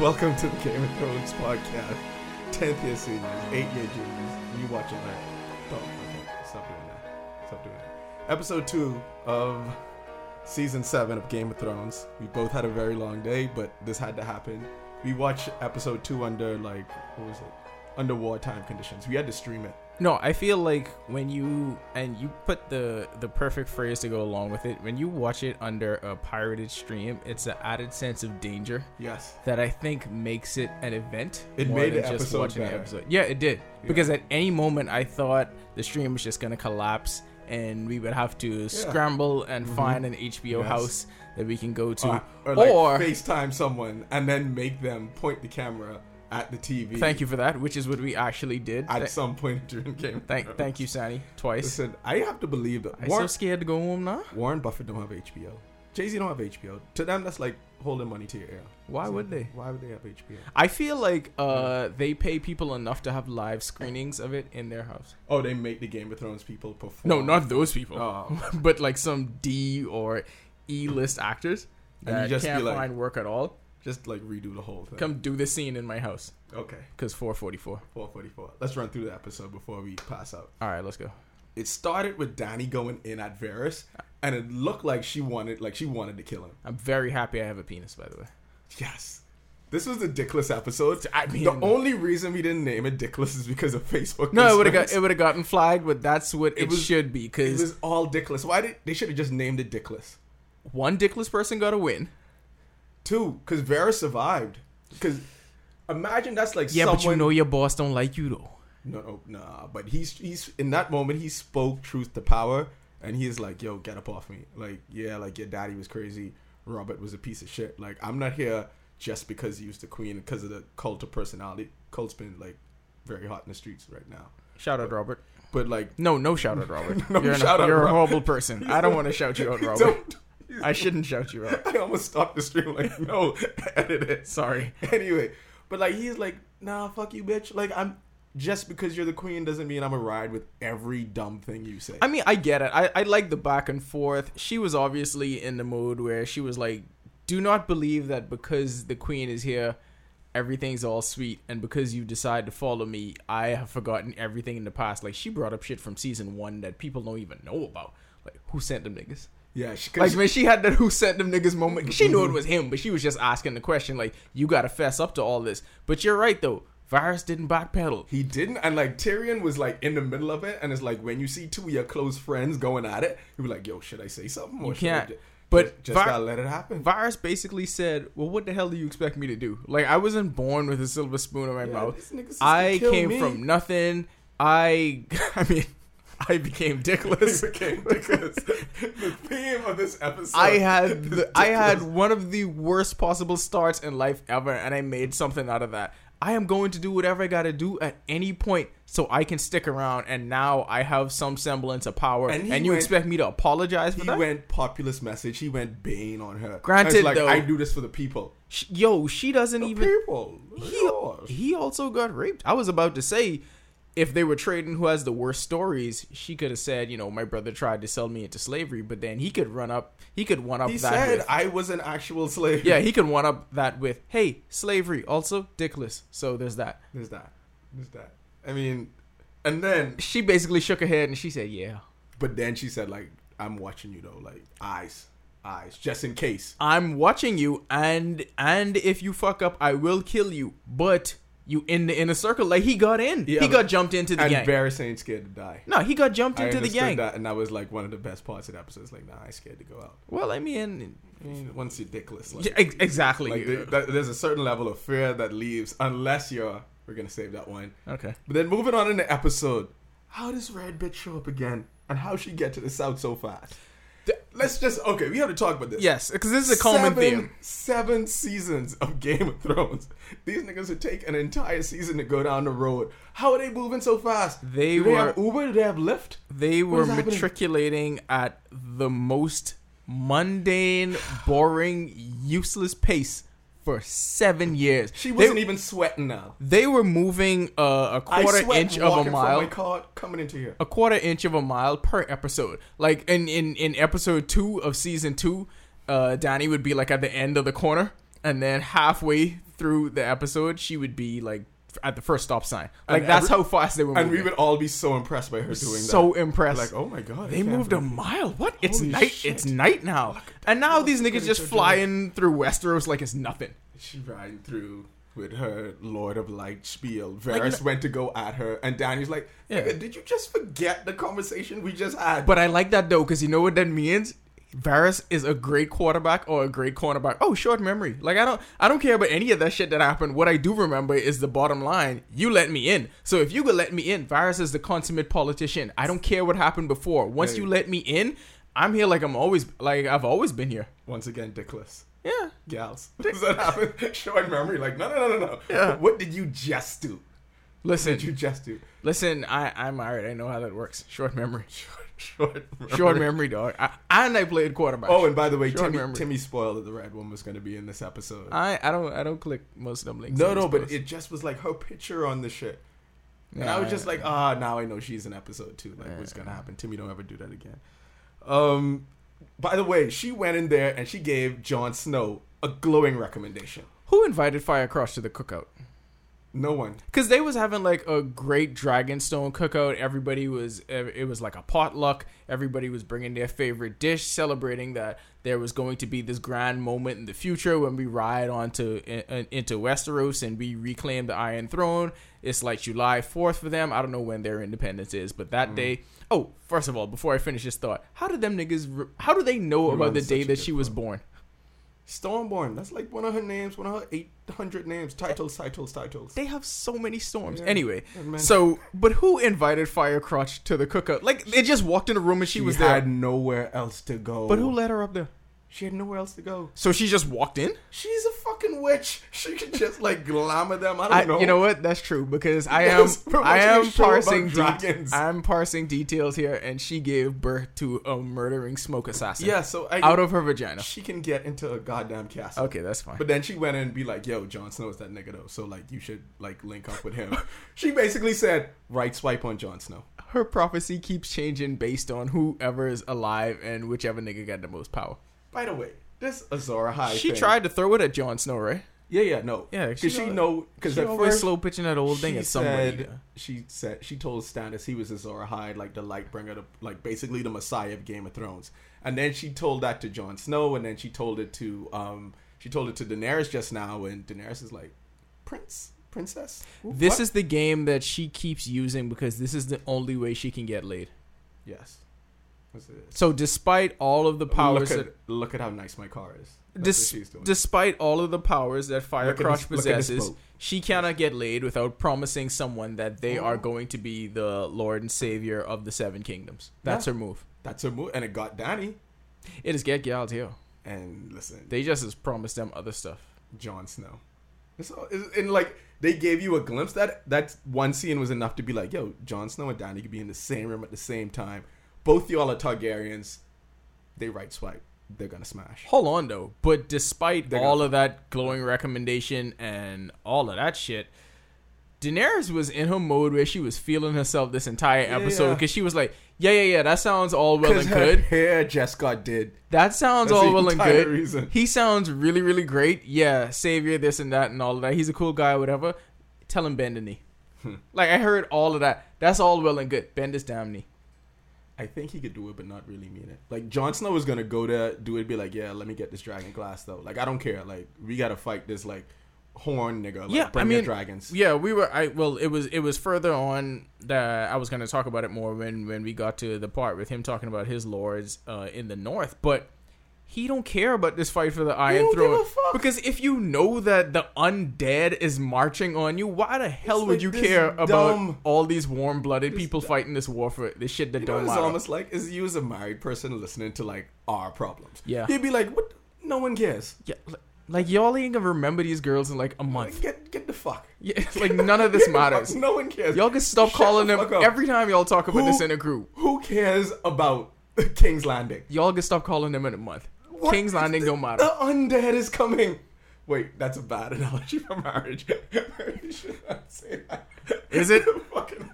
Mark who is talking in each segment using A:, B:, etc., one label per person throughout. A: Welcome to the Game of Thrones podcast. 10th year seniors, 8 year juniors, you watch and learn. Oh, okay. Stop doing that. Stop doing that. Episode 2 of season 7 of Game of Thrones. We both had a very long day, but this had to happen. We watched episode 2 under, like, what was it? Under wartime conditions. We had to stream it.
B: No, I feel like when you and you put the the perfect phrase to go along with it. When you watch it under a pirated stream, it's an added sense of danger
A: Yes.
B: that I think makes it an event.
A: It
B: more
A: made
B: than
A: the episode better.
B: Yeah, it did. Because at any moment, I thought the stream was just gonna collapse. And we would have to scramble and find an
A: Mm-hmm.
B: HBO
A: Yes. Ah,
B: house that we can go to,
A: Or, or, like, FaceTime someone and then make them point the camera at the TV.
B: Thank you for that, which is what we actually did.
A: At
B: Th-
A: some point during Game of
B: thank,
A: Thrones.
B: thank you, Sani, twice.
A: Listen, I have to believe that
B: I'm so
A: Warren,
B: scared to go home now.
A: Warren Buffett don't have HBO. Jay Z don't have HBO. To them, that's like holding money to your ear.
B: Why
A: So
B: would they?
A: Why would they have HBO?
B: I feel like uh, they pay people enough to have live screenings of it in their house.
A: Oh, they make the Game of Thrones people perform.
B: No, not those people,
A: Oh,
B: but like some D or E list actors
A: And you
B: that
A: just
B: can't
A: be like-
B: find work at all.
A: just like redo the whole thing.
B: Come do this scene in my house
A: Okay,
B: because 444.
A: 444. Let's run through the episode before we pass out.
B: All right, let's go.
A: It started with Danny going in at Varys, and it looked like she wanted, like she wanted to kill him.
B: I'm very happy I have a penis, by the way.
A: Yes. This was a dickless episode.
B: I mean-
A: the only reason we didn't name it dickless is because of Facebook.
B: No, it would have
A: concerns.
B: got it would have gotten flagged, but that's what it,
A: was-
B: should be
A: It
B: because
A: was all dickless. Why did they should have just named it dickless?
B: one dickless person got a win.
A: Two, because Vera survived. Because imagine that's like
B: Yeah,
A: someone.
B: but you know your boss don't like you though.
A: no, no, nah. But he's he's in that moment he spoke truth to power, and he's like, "Yo, get up off me!" Like, yeah, like your daddy was crazy. Robert was a piece of shit. Like, I'm not here just because he was the queen because of the cult of personality. Cult's been like very hot in the streets right now.
B: Shout out, Robert.
A: But like,
B: No, no shout out, Robert.
A: No
B: you're an-
A: shout out,
B: you're a
A: Robert.
B: horrible person. I don't want to shout you out, Robert.
A: don't.
B: I shouldn't shout you out.
A: I almost stopped the stream. Like, no, edit it.
B: Sorry.
A: anyway, but like he's like, nah, fuck you, bitch. Like I'm just because you're the queen doesn't mean I'm a ride with every dumb thing you say.
B: I mean, I get it. I, I like the back and forth. She was obviously in the mood where she was like, do not believe that because the queen is here, everything's all sweet. And because you decide to follow me, I have forgotten everything in the past. Like, she brought up shit from season one that people don't even know about. Like, who sent them niggas?
A: yeah, she,
B: Like, when she had that who sent them niggas moment, she knew it was him, but she was just asking the question, like, you gotta fess up to all this. But you're right, though. Virus didn't backpedal.
A: he didn't, and like Tyrion was like in the middle of it, and it's like when you see two of your close friends going at it, you be like, yo, should I say something? Or
B: You
A: should I
B: can't.
A: ju-
B: But
A: just
B: Vi-
A: gotta let it happen.
B: Virus basically said, "Well, what the hell do you expect me to do? Like, I wasn't born with a silver spoon in my
A: Yeah, this
B: mouth.
A: nigga says to
B: I
A: kill
B: came
A: me.
B: from nothing. I, I mean, I became
A: This
B: dickless.
A: became ridiculous. the theme of this episode.
B: I had,
A: is
B: the, I had
A: dickless.
B: one of the worst possible starts in life ever, and I made something out of that. I am going to do whatever I got to do at any point so I can stick around, and now I have some semblance of power.
A: And
B: And,
A: he
B: you
A: went-
B: expect me to apologize for
A: He
B: that?
A: went populist message. He went Bane on her.
B: Granted,
A: It's like
B: though-
A: I do this for the people.
B: Sh- Yo, she doesn't
A: The
B: even.
A: people.
B: he,
A: Yours.
B: he also got raped. I was about to say, if they were trading who has the worst stories, she could have said, you know, my brother tried to sell me into slavery, but then he could run up, he could one up
A: He
B: that.
A: said
B: with,
A: I was an actual slave.
B: yeah, he could one up that with, hey, slavery also dickless. So there's that.
A: There's that. There's that. I mean, and then,
B: She basically shook her head and she said, yeah,
A: but then she said, like, I'm watching you though, like, eyes, eyes, just in case.
B: I'm watching you, and and if you fuck up, I will kill you. But you in the inner circle, like he got in,
A: Yeah,
B: he
A: but-
B: got jumped into the
A: And
B: gang.
A: Varys ain't scared to die.
B: no, he got jumped
A: I
B: into the
A: understood
B: gang.
A: that, and that was like one of the best parts of the episode. It's like, nah, I scared to go out.
B: Well, I mean,
A: I mean, once you're dickless, like,
B: yeah, ex- exactly.
A: like there- that- there's a certain level of fear that leaves unless you're. We're gonna save that one.
B: Okay.
A: But then moving on in the episode, how does Red Bitch show up again, and how she get to the south so fast?
B: The-
A: Let's just okay. We have to talk about this.
B: Yes, because this is a common
A: seven,
B: theme.
A: Seven seasons of Game of Thrones. These niggas would take an entire season to go down the road. How are they moving so fast?
B: They
A: Do they have
B: were-
A: Uber? Do they have Lyft?
B: They were
A: is happening?
B: matriculating at the most mundane, boring, useless pace for seven years.
A: She
B: They-
A: wasn't even sweating now.
B: They were moving uh, a
A: I
B: quarter
A: sweat
B: inch of
A: walking
B: a
A: from
B: mile.
A: my car coming into here.
B: a quarter inch of a mile per episode. Like in in in episode two of season two, uh, Danny would be like at the end of the corner, and then halfway through the episode, she would be like at the first stop sign.
A: And
B: Like that's
A: every-
B: how fast they were moving.
A: and we would all be so impressed by her doing
B: so
A: that.
B: impressed.
A: Like, oh my god, I
B: they
A: can't
B: moved a
A: believe-
B: mile. What? It's
A: Holy
B: night.
A: shit.
B: It's night now. And now these niggas
A: British
B: just
A: are doing.
B: flying through Westeros like it's nothing.
A: She ran through with her Lord of Light spiel. Varys
B: you know-
A: went to go at her, and Danny's like,
B: Yeah.
A: "Nigga, did you just forget the conversation we just had?"
B: But I like that though, because you know what that means. Varys is a great quarterback or a great cornerback. Oh, short memory. Like I don't, I don't care about any of that shit that happened. What I do remember is the bottom line. You let me in. So if you could let me in, Varys is the consummate politician. I don't care what happened before. Once
A: Hey.
B: you let me in, I'm here like I'm always, like I've always been here.
A: Once again, dickless.
B: Yeah.
A: Gals. Does that happen? Short memory. Like, no, no, no, no, no.
B: Yeah.
A: What did you just do? What
B: Listen,
A: did you just do?
B: listen. I, I'm alright. I know how that works. Short memory.
A: Short, short memory.
B: Short memory, dog. I, and I played quarterback.
A: Oh, and by the way,
B: Short
A: Timmy,
B: memory.
A: Timmy spoiled that the Red One was going to be in this episode.
B: I, I don't, I don't click most of them links.
A: no,
B: on
A: no,
B: these
A: but
B: posts.
A: it just was like her picture on the shit. And
B: Yeah,
A: I was just like, ah, now I know she's in episode two. Like, what's gonna happen? Timmy, don't ever do that again. Um, by the way, she went in there and she gave Jon Snow a glowing recommendation.
B: Who invited Firecross to the cookout?
A: No one.
B: Because they was having like a great Dragonstone cookout. Everybody was ev- it was like a potluck. Everybody was bringing their favorite dish, celebrating that there was going to be this grand moment in the future when we ride onto in, in- into Westeros and we reclaim the Iron Throne. It's like July Fourth for them. I don't know when their independence is, but
A: Mm-hmm.
B: that day. Oh, first of all, before I finish this thought, how did them niggas? Re- how do they know
A: You're
B: about
A: on
B: the
A: such
B: day
A: a
B: that
A: good
B: she was
A: point.
B: born?
A: Stormborn. That's like one of her names. One of her eight hundred names. Titles, titles, titles.
B: They have so many storms.
A: Yeah.
B: Anyway,
A: Oh, man.
B: so but who invited Firecrotch to the cookout? Like they just walked in the room and she,
A: She
B: was
A: was
B: there.
A: had nowhere else to go.
B: But who let her up there?
A: She had nowhere else to go.
B: So she just walked in.
A: She's a fucking witch. She could just like glamour them. I don't
B: I,
A: know.
B: you know what? That's true because I am
A: Yes, we're
B: I
A: watching a
B: am
A: show about
B: parsing de-
A: dragons.
B: I'm parsing details here, and she gave birth to a murdering smoke assassin.
A: Yeah. So I,
B: out of her vagina.
A: she can get into a goddamn castle.
B: Okay, that's fine.
A: But then she went in and be like, "Yo, Jon Snow is that nigga though, so like you should like link up with him." she basically said, "Right swipe on Jon Snow."
B: her prophecy keeps changing based on whoever is alive and whichever nigga got the most power.
A: By the way, this Azora High.
B: she
A: thing-
B: tried to throw it at Jon Snow, right?
A: Yeah, yeah, no.
B: Yeah,
A: because
B: she
A: she
B: al-
A: know because
B: She
A: at
B: always
A: first
B: slow pitching that old thing
A: she
B: at somebody.
A: said she said she told Stannis he was Azora High, like the Lightbringer, the, like basically the Messiah of Game of Thrones. And then she told that to Jon Snow, and then she told it to um she told it to Daenerys just now, and Daenerys is like, "Prince, princess."
B: This is the game that she keeps using because this is the only way she can get laid.
A: yes. What's it?
B: So despite all of the powers
A: look
B: that
A: at, look at how nice my car is. That's
B: dis-
A: what she's doing.
B: despite all of the powers that
A: at this-
B: Firecross
A: look at this
B: possesses,
A: boat.
B: she cannot get laid without promising someone that they are going to be the Lord and Savior of the Seven Kingdoms. That's
A: Yeah.
B: her move.
A: That's her move, and it got Danny.
B: It is get Gal here.
A: And listen,
B: They just has promised them other stuff.
A: Jon Snow. It's all, it's, and like they gave you a glimpse that that one scene was enough to be like, yo, Jon Snow and Danny could be in the same room at the same time. Both y'all are Targaryens. They right swipe. They're gonna smash.
B: Hold on though, but despite
A: They're
B: all of that glowing recommendation and all of that shit, Daenerys was in her mode where she was feeling herself this entire
A: Yeah,
B: episode
A: yeah.
B: because she was like, "Yeah, yeah, yeah, that sounds all well and
A: her
B: good.
A: hair just got did.
B: That sounds
A: That's
B: all
A: the
B: well and
A: entire
B: good.
A: reason.
B: He sounds really, really great. Yeah, savior, this and that, and all of that. He's a cool guy, whatever. Tell him bend the knee.
A: Hmm.
B: like I heard all of that. That's all well and good. Bend his damn knee.
A: I think he could do it, but not really mean it. Like Jon Snow was gonna go there, do it, be like, yeah, let me get this dragon glass though. Like I don't care. Like we gotta fight this like horn nigga. Like,
B: Yeah, I
A: bring your
B: mean,
A: dragons.
B: Yeah, we were. I well, it was it was further on that I was going to talk about it more when when we got to the part with him talking about his lords uh, in the north, but he don't care about this fight for the Iron
A: don't give
B: Throne
A: a fuck.
B: because if you know that the undead is marching on you, why the hell
A: It's
B: would
A: like
B: you
A: this
B: care about
A: dumb-
B: all these warm blooded people
A: dumb-
B: fighting this war for this shit that
A: You know what
B: don't
A: it's
B: matter?
A: almost like is you as a married person listening to like our problems.
B: Yeah.
A: you'd be like, what? No one cares.
B: yeah, li- like y'all ain't gonna remember these girls in like a month.
A: Get get the fuck.
B: Yeah, it's like none of this
A: Get the fuck.
B: matters.
A: No one cares.
B: Y'all can stop
A: Shut
B: calling
A: the
B: them
A: fuck up.
B: every time y'all talk about
A: Who-
B: this in a group.
A: Who cares about King's Landing?
B: Y'all can stop calling them in a month.
A: What?
B: King's Landing
A: The-
B: don't matter.
A: The undead is coming. Wait, that's a bad analogy for marriage. you should not say that.
B: Is it?
A: The fucking-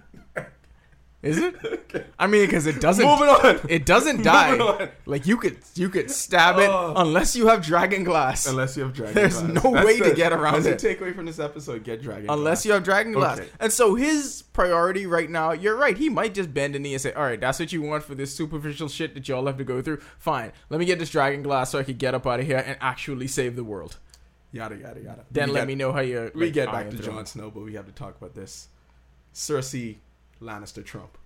B: Is it?
A: Okay.
B: I mean, because it doesn't.
A: Moving on.
B: It doesn't die.
A: Moving on.
B: Like you could, you could stab it
A: Oh.
B: unless you have dragon glass. Unless,
A: Unless you have dragon.
B: There's
A: glass.
B: no
A: That's
B: way to
A: the-
B: get around
A: That's the takeaway from this episode. Get dragon. glass.
B: you have dragon glass.
A: Okay.
B: And so his priority right now, you're right. He might just bend a knee and say, "All right, that's what you want for this superficial shit that y'all have to go through. Fine, let me get this dragon glass so I could get up out of here and actually save the world.
A: yada yada yada.
B: Then
A: We
B: let
A: get-
B: me know how you.
A: We
B: like,
A: get back
B: Iron
A: to
B: Throne.
A: Jon Snow, but we have to talk about this. Cersei Lannister Trump.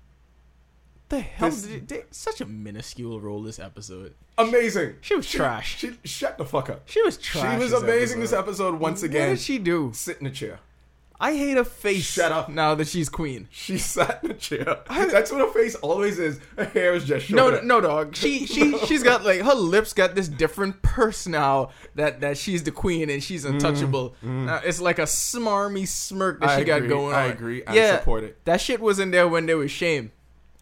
B: The hell
A: This-
B: did it, they- such a minuscule role this episode.
A: Amazing.
B: She was trash. She,
A: She shut the fuck up.
B: was trash.
A: she was amazing this episode once
B: What
A: again.
B: did she do?
A: Sit in a chair.
B: I hate her face.
A: Shut up.
B: Now that she's queen.
A: She sat in a chair. That's what her face always is. Her hair is just short.
B: No, no, no, dog. She, she, she's got like her lips got this different purse now that that she's the queen and she's untouchable. Uh, it's like a smarmy smirk that
A: I
B: she got
A: agree,
B: going on.
A: I agree. I support it.
B: That shit was in there when there was shame.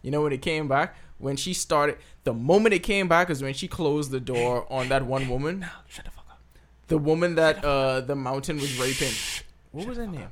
B: You know when it came back when she started. The moment it came back is when she closed the door on that one woman. shut the fuck up. The woman that uh the mountain was raping. What was her name?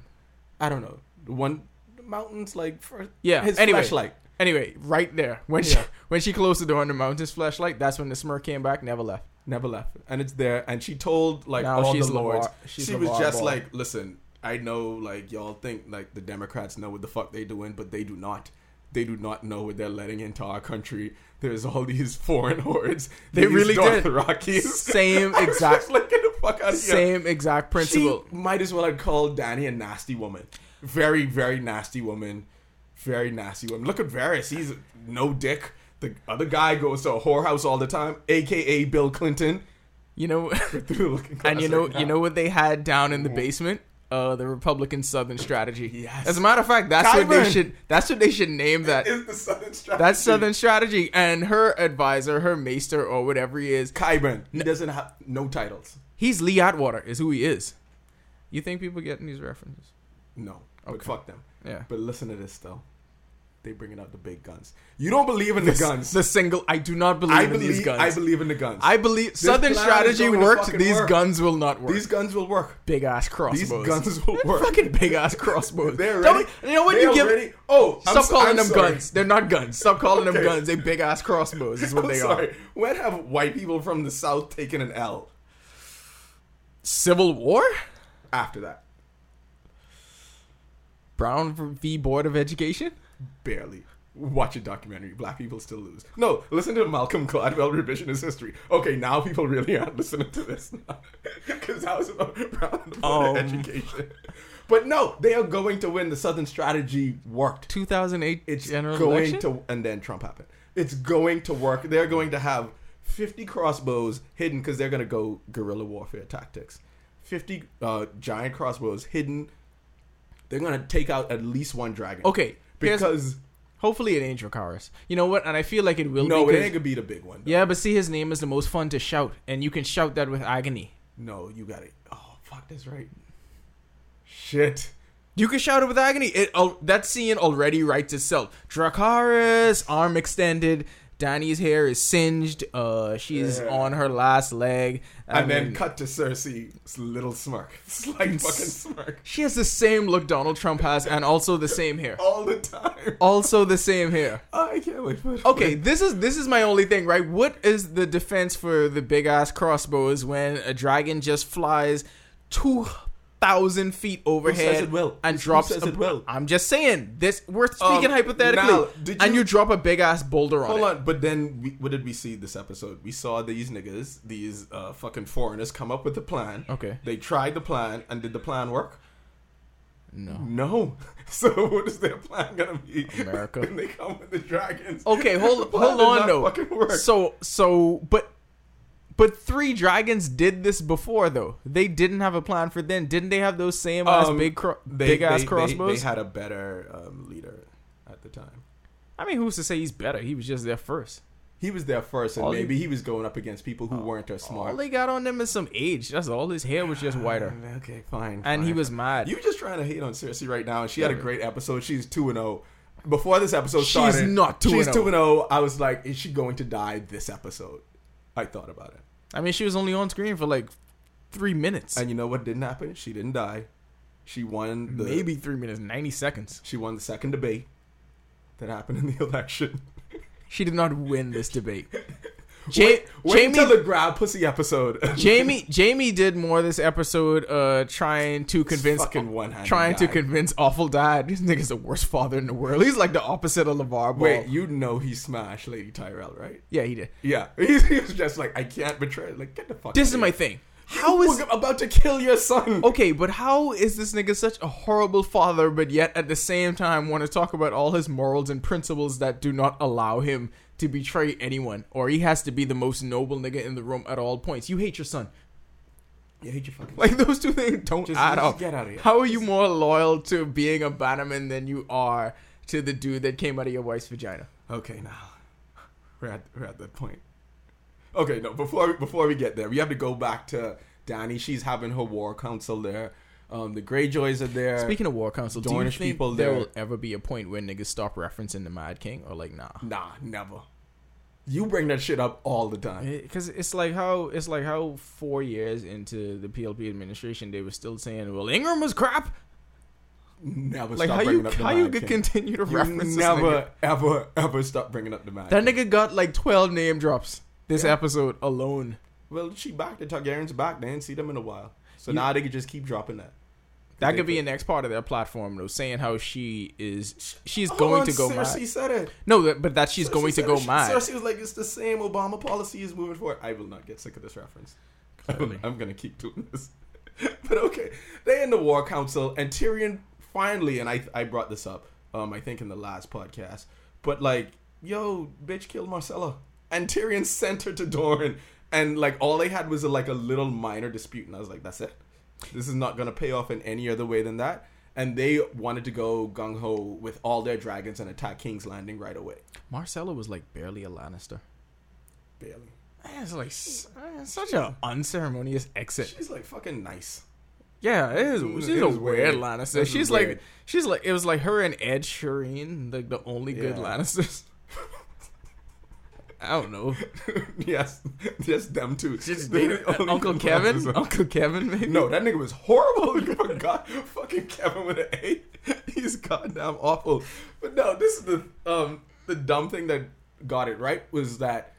B: I don't know.
A: One the mountains like for
B: Yeah,
A: His
B: anyway.
A: flashlight.
B: Anyway, right there when she
A: Yeah.
B: when she closed the door on the mountain's flashlight, that's when the smirk came back. Never left.
A: Never left, and it's there. And she told like
B: Now
A: all
B: she's
A: the
B: LeVar-
A: lords.
B: she's
A: she was
B: LeVar
A: just
B: Ball.
A: like, listen, I know like y'all think like the Democrats know what the fuck they doing, but they do not. They do not know what they're letting into our country. There's all these foreign hordes.
B: They
A: these
B: really did.
A: Dothrakis.
B: Same
A: I was
B: exact-
A: just like, get the fuck out of here.
B: Same exact principle.
A: She might as well have called Danny a nasty woman. Very, very nasty woman. Very nasty woman. Look at Varys. He's no dick. The other guy goes to a whorehouse all the time, aka Bill Clinton.
B: you know,
A: Through the looking glass
B: and you know,
A: right now.
B: you know what they had down in the basement. Uh, the Republican Southern strategy.
A: Mm-hmm. Yes.
B: As a matter of fact, that's what they
A: Kyburn.
B: should. That's what they should name that.
A: is the Southern strategy.
B: That's Southern strategy. And her advisor, her maester, or whatever he is,
A: Kyburn. He doesn't have no titles.
B: he's Lee Atwater. Is who he is. You think people getting these references?
A: No, but fuck them.
B: Yeah.
A: But listen to this though. They bringing out the big guns. You don't believe in the guns.
B: The single. I do not believe
A: I
B: in
A: believe.
B: these guns.
A: I believe in the guns.
B: I believe
A: plan
B: Southern
A: is
B: strategy
A: going to
B: worked.
A: fucking
B: These
A: work.
B: guns will not work.
A: These guns will work.
B: big ass
A: These
B: crossbows.
A: guns will work.
B: Fucking big ass crossbows.
A: They're
B: Don't
A: ready.
B: we- you know what
A: They
B: you
A: are
B: give?
A: ready. Oh, I'm
B: Stop
A: s-
B: calling
A: I'm
B: them
A: sorry.
B: guns. They're not guns. Stop calling them
A: Okay.
B: guns. They big ass crossbows is what
A: I'm
B: they
A: sorry.
B: are.
A: When have white people from the South taken an L
B: Civil War?
A: after that?
B: Brown v. Board of Education?
A: Barely. Watch a documentary. Black people still lose. No, listen to Malcolm Gladwell revisionist history. Okay, now people really aren't listening to this because that was about Brown and
B: Um.
A: Board of education. But no, they are going to win. The Southern strategy worked.
B: 2008
A: It's
B: general
A: going
B: election?
A: to, and then Trump happened. It's going to work. They're going to have 50 crossbows hidden because they're going to go guerrilla warfare tactics. 50 uh, giant crossbows hidden. They're going to take out at least one dragon.
B: Okay. here's-
A: Because,
B: hopefully it ain't Dracarys. You know what? And I feel like it will
A: no,
B: be.
A: it
B: 'cause-
A: ain't going to be the big one. though.
B: yeah, but see, his name is the most fun to shout, and you can shout that with agony.
A: No, you got it. Oh, fuck, that's right. Shit.
B: You can shout it with agony. It al- that scene already writes itself. Dracarys, arm extended. Danny's hair is singed. Uh, she's
A: Yeah.
B: on her last leg, I
A: And then
B: mean,
A: cut to Cersei's little smirk. It's like fucking smirk.
B: she has the same look Donald Trump has, and also the same hair.
A: All the time.
B: Also the same hair.
A: I can't wait for
B: Okay, this is this is my only thing, right? What is the defense for the big ass crossbows when a dragon just flies two thousand feet overhead
A: it will?
B: and
A: Who
B: drops?
A: says
B: a-
A: it will?
B: I'm just saying this. We're speaking
A: Um,
B: hypothetically,
A: now, did
B: and
A: you-
B: you drop a big ass boulder on
A: Hold
B: it.
A: on, but then we, what did we see this episode? We saw these niggas, these uh, fucking foreigners, come up with a plan.
B: Okay.
A: They tried the plan, and did the plan work?
B: No.
A: No. So what is their plan gonna be?
B: America.
A: When they come with the dragons.
B: Okay,
A: The
B: hold
A: plan
B: hold
A: did
B: on
A: not
B: though.
A: Fucking work.
B: So so but but three dragons did this before though. They didn't have a plan for then. Didn't they have those same ass
A: Um,
B: big cro-
A: they-
B: big
A: they-
B: ass
A: they-
B: crossbows?
A: They, had a better um, leader at the time.
B: I mean, who's to say he's better? He was just there first.
A: He was there first, and
B: All they-
A: maybe he was going up against people who weren't as
B: All
A: smart.
B: they got on them is some age. That's all. His hair was just whiter,
A: Okay, fine.
B: and he
A: fine.
B: was mad.
A: You just trying to hate on Cersei right now, and she had a
B: Yeah.
A: great episode. She's two and zero. Before this episode
B: She's
A: started,
B: not 2 and oh.
A: She's
B: 0.
A: two and zero. I was like, is she going to die this episode? I thought about it,
B: I mean, she was only on screen for like three minutes,
A: and you know what didn't happen? She didn't die. She won the
B: maybe three minutes, ninety seconds.
A: She won the second debate. that happened in the election.
B: She did not win this debate. Ja-
A: Wait
B: Jamie,
A: until the grab pussy episode.
B: Jamie, Jamie did more this episode, uh, trying to convince,
A: fucking one-handed
B: trying to
A: guy.
B: convince awful dad. This nigga's the worst father in the world. He's like the opposite of LeVar Ball.
A: Wait, you know he smashed Lady Tyrell, right?
B: yeah, he did.
A: Yeah, he, he was just like, I can't betray. Like, get the fuck.
B: This
A: out
B: is
A: of
B: my Oh.
A: here.
B: thing. How is
A: We're about to kill your son?
B: okay? But how is this nigga such a horrible father, but yet at the same time want to talk about all his morals and principles that do not allow him to betray anyone, or he has to be the most noble nigga in the room at all points? You hate your son.
A: You hate your fucking.
B: Like those two things don't
A: Just-
B: add
A: just
B: up.
A: get outta here.
B: How are you more loyal to being a bannerman than you are to the dude that came out of your wife's vagina?
A: Okay, now we're at we're at that point. Okay, no. Before before we get there, we have to go back to Danny. She's having her war council there. Um, the Greyjoys are there.
B: Speaking of war council, do you
A: Dornish
B: think
A: people
B: there
A: there-
B: will ever be a point where niggas stop referencing the Mad King or like nah?
A: nah, never. You bring that shit up all the time.
B: Because Eh, it's like how it's like how four years into the PLP administration they were still saying, "Well, Ingram was crap."
A: Never.
B: Like
A: stop
B: how
A: bringing
B: you
A: up the
B: how you
A: Mad
B: could
A: King.
B: continue to
A: You
B: reference this nigga.
A: never ever ever stop bringing up the Mad
B: That
A: King.
B: nigga got like twelve name drops this
A: Yeah.
B: episode alone.
A: Well, she back. The Targaryens back. They didn't see them in a while, so now they could just keep dropping that.
B: That
A: They
B: could be a
A: could-
B: next part of their platform, though, saying how she is she's
A: Hold
B: going
A: on,
B: to go
A: Oh, Cersei
B: mad.
A: said it.
B: No, that- but that she's
A: Cersei
B: going to
A: said
B: go
A: it. She-
B: mad.
A: Cersei was like, "It's the same Obama policy is moving forward." I will not get sick of this reference.
B: Clearly.
A: I'm gonna keep doing this. but okay, they in the War Council, and Tyrion finally, and I I brought this up, um, I think in the last podcast, but like, yo, bitch, killed Marcella, and Tyrion sent her to Dorne, and like all they had was a, like a little minor dispute, and I was like, that's it. This is not gonna pay off in any other way than that. And they wanted to go gung ho with all their dragons and attack King's Landing right away.
B: Marcella was like barely a Lannister.
A: Barely.
B: It's like s- eh, such an unceremonious exit.
A: She's like fucking nice.
B: Yeah, it is.
A: Mm,
B: She's
A: it
B: a
A: is
B: weird
A: weird.
B: Lannister.
A: This is
B: she's like
A: weird.
B: she's like it was like her and Ed Sheeran, like the only good
A: Yeah.
B: Lannisters. I don't know.
A: yes, just them two.
B: Uncle Kevin, Uncle Kevin, maybe.
A: No, that nigga was horrible. For God, fucking Kevin with an A. He's goddamn awful. But no, this is the um the dumb thing that got it right was that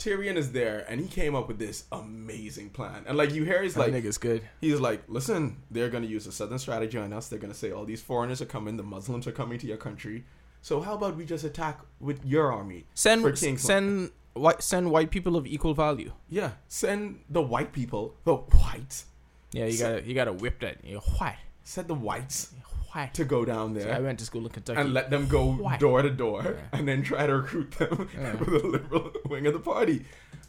A: Tyrion is there and he came up with this amazing plan. And like you hear he's
B: that
A: like
B: nigga's good.
A: He's like, listen, they're going to use a southern strategy on us. They're going to say all these foreigners are coming, the Muslims are coming to your country. So how about we just attack with your army? for
B: Send
A: King's
B: send white send white people of equal value.
A: Yeah, send the white people, the whites,
B: Yeah, you
A: So-
B: gotta you gotta whip that. You're white,
A: send the whites
B: white.
A: to go down
B: I
A: there
B: went to school in Kentucky.
A: and let them go
B: White.
A: door to door
B: Yeah.
A: and then try to recruit them
B: Yeah.
A: for the liberal wing of the party.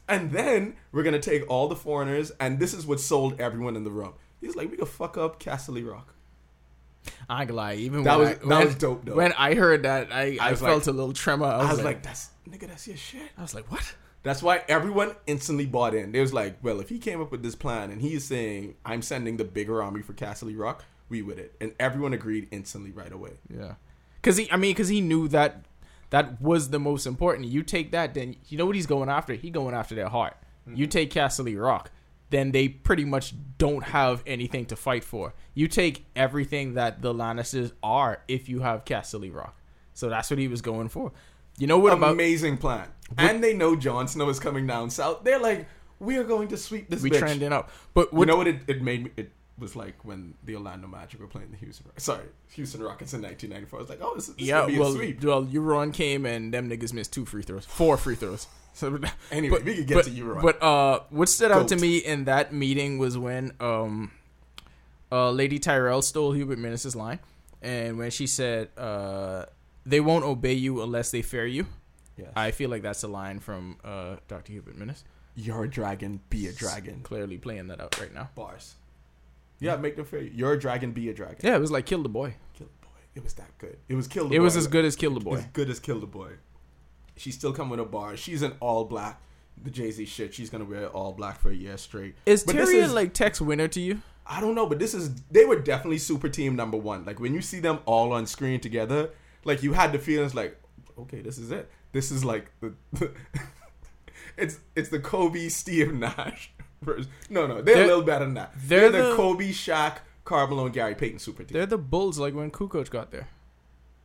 A: And then we're going to take all the foreigners, and this is what sold everyone in the room. He's like, we could fuck up Castle Rock.
B: I ain't gonna lie, even
A: That
B: when
A: was-
B: I,
A: that
B: when,
A: was dope, though.
B: When I heard that, I, I,
A: I was
B: felt a little tremor. I
A: I
B: was,
A: was
B: like,
A: like, that's, nigga, that's your shit.
B: I was like, what?
A: That's why everyone instantly bought in. They was like, well, if he came up with this plan and he's saying, I'm sending the bigger army for Castle Rock, we with it. And everyone agreed instantly right away.
B: Yeah, because he, I mean, because he knew that that was the most important. You take that, then you know what he's going after. He going after their heart.
A: Mm-hmm.
B: You take Castle E Rock, then they pretty much don't have anything to fight for. You take everything that the Lannisters are if you have Castle E Rock. So that's what he was going for. You know what about
A: Amazing plan. and they know Jon Snow is coming down south. They're like, we are going to sweep this
B: we
A: bitch.
B: trending up? But
A: you
B: what
A: know what it, it made me? It was like when the Orlando Magic were playing the Houston, Rock- sorry, Houston Rockets in 1994. I was like, oh, this, this
B: Yeah,
A: could be
B: well,
A: a sweep.
B: well, Euron came and them niggas missed two free throws, four free throws. So,
A: Anyway, we could get
B: but,
A: to Euron.
B: But uh, what stood out to
A: Goat.
B: me in that meeting was when um, uh, Lady Tyrell stole Hubert Minnis's line, and when she said, uh, "They won't obey you unless they fear you."
A: Yes.
B: I feel like that's a line from uh, Doctor Hubert Minnis.
A: You're a dragon, be a dragon.
B: Clearly playing that out right now.
A: Bars. Yeah, make them fair. You're a dragon, be a dragon.
B: Yeah, it was like kill the boy.
A: Kill the boy. It was that good. It was kill the boy.
B: It was as good as kill the
A: As
B: boy.
A: good as kill the boy. She's still coming to bar. She's in all black. The Jay Z shit. She's gonna wear all black for a year straight.
B: Is
A: But this
B: Tyrion like Tex Winner to you?
A: I don't know, but this is they were definitely super team number one. Like when you see them all on screen together, like you had the feelings like, okay, this is it. This is like the, it's it's the Kobe Steve Nash. version. No, no, they're,
B: They're-
A: a little better than that.
B: they're
A: They're,
B: the-
A: the Kobe, Shaq, Carmelo, and Gary Payton super team.
B: They're the Bulls, like when Kukoc got there.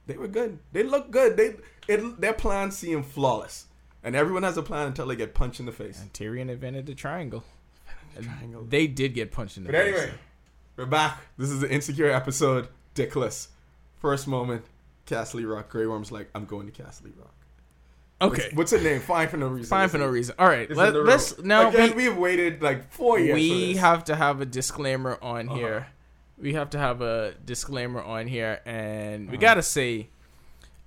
A: They were good. They look good. They It, their plans seem flawless, and everyone has a plan until they get punched in the face.
B: And Tyrion invented the triangle.
A: triangle.
B: They did get punched in the
A: But
B: face.
A: anyway, we're back. This is the insecure episode. Dickless. First moment. Castle Rock. Grey Worm's like, I'm going to Castle Rock.
B: okay,
A: What's her name? Fine for no reason.
B: fine for no reason. All right,
A: It's
B: let,
A: in the row.
B: us now.
A: Again,
B: we-
A: we, have waited like four years. for
B: we
A: this.
B: have to have a disclaimer on
A: Uh-huh.
B: here. We have to have a disclaimer on here, and
A: Uh-huh.
B: we gotta say,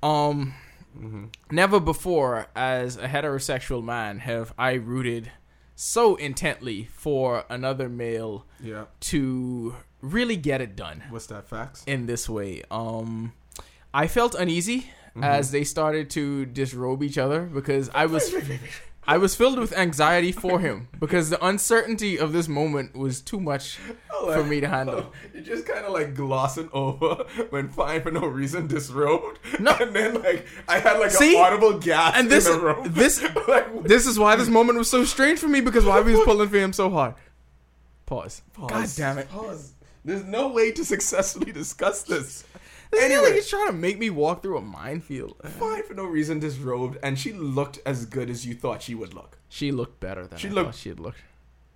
B: um,
A: Mm-hmm.
B: never before as a heterosexual man have I rooted so intently for another male
A: Yeah.
B: to really get it done
A: What's that? Facts.
B: in this way. Um, I felt uneasy as they started to disrobe each other because I was I was filled with anxiety for him because the uncertainty of this moment was too much
A: Oh,
B: for
A: like-
B: me to handle.
A: oh, You're just kind of like glossing over when fine for no reason disrobed.
B: No.
A: and then like I had like
B: See?
A: an audible gasp.
B: And this-
A: in the room.
B: this-
A: like, what-
B: This is why this moment was so strange for me because why we was pulling for him so hard. Pause. God
A: Pause.
B: damn it.
A: Pause. There's no way to successfully discuss this.
B: This anyway.
A: Anyway.
B: like he's trying to make me walk through a minefield.
A: Fine for no reason disrobed, and she looked as good as you thought she would look.
B: She looked better than
A: She
B: I
A: looked-
B: thought she had looked.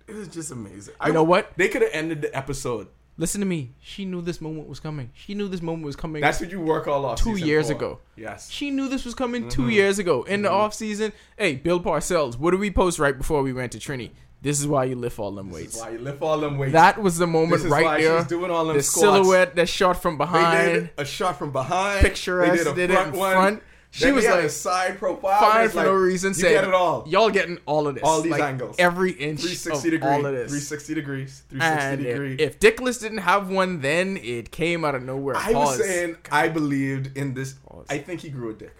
A: It was just amazing.
B: You know what?
A: They could have ended the episode.
B: Listen to me. She knew this moment was coming. She knew this moment was coming.
A: That's what you work all off.
B: Two
A: season
B: years
A: for.
B: ago.
A: Yes.
B: She knew this was coming
A: Mm-hmm.
B: two years ago in the off season. Hey, Bill Parcells, what did we post right before we went to Trini? This is why you lift all them
A: This is
B: weights.
A: why you lift all them weights.
B: That was the moment
A: This is why
B: right there.
A: she's doing all them
B: The
A: squats.
B: silhouette that shot from
A: They
B: behind,
A: did a shot from behind.
B: picturesque.
A: They did a
B: did
A: front
B: it in
A: one.
B: front. She
A: Then
B: was
A: they had
B: like
A: a side profile.
B: fine
A: It's
B: for
A: like,
B: no reason.
A: You
B: saying,
A: get it all.
B: Y'all getting all of this.
A: All these
B: Like,
A: angles.
B: every inch,
A: 360
B: of
A: degree.
B: all of this.
A: 360 degrees. 360
B: And
A: degree.
B: if, if Dickless didn't have one, then it came out of nowhere.
A: I was
B: Pause.
A: saying I believed in this. I think he grew a dick.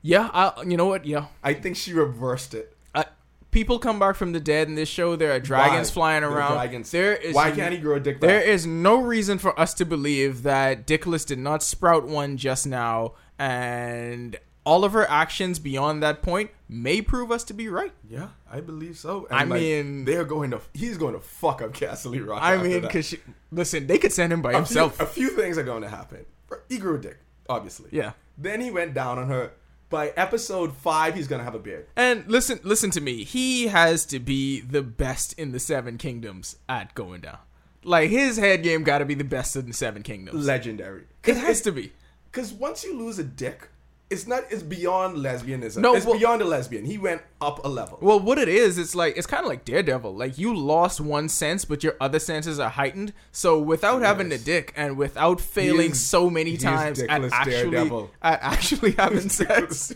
B: yeah, I, you know what? Yeah,
A: I think she reversed it.
B: uh, people come back from the dead in this show. There are dragons
A: Why?
B: flying
A: There are
B: around.
A: dragons.
B: There is
A: Why can't he grow a dick?
B: There
A: back?
B: is no reason for us to believe that Dickless did not sprout one just now, and all of her actions beyond that point may prove us to be right.
A: Yeah, I believe so.
B: I mean-
A: they're going to. He's going to fuck up Castle E Rock.
B: I
A: after
B: mean,
A: that.
B: because listen, they could send him by
A: a few,
B: himself.
A: a few things are going to happen. He grew a dick, obviously.
B: Yeah.
A: Then he went down on her. By episode five, he's gonna have a beard.
B: And listen, listen to me. He has to be the best in the Seven Kingdoms at going down. Like his head game got to be the best in the Seven Kingdoms.
A: Legendary.
B: It has to be.
A: Because once you lose a dick, it's not. It's beyond lesbianism.
B: No,
A: it's
B: well-
A: beyond a lesbian. He went up a level.
B: Well, what it is, it's like it's kind of like Daredevil. Like you lost one sense, but your other senses are heightened. So without having a
A: Yes.
B: dick and without failing
A: is-
B: so many
A: he is
B: times at
A: dickless
B: actually
A: Daredevil.
B: at actually having sex,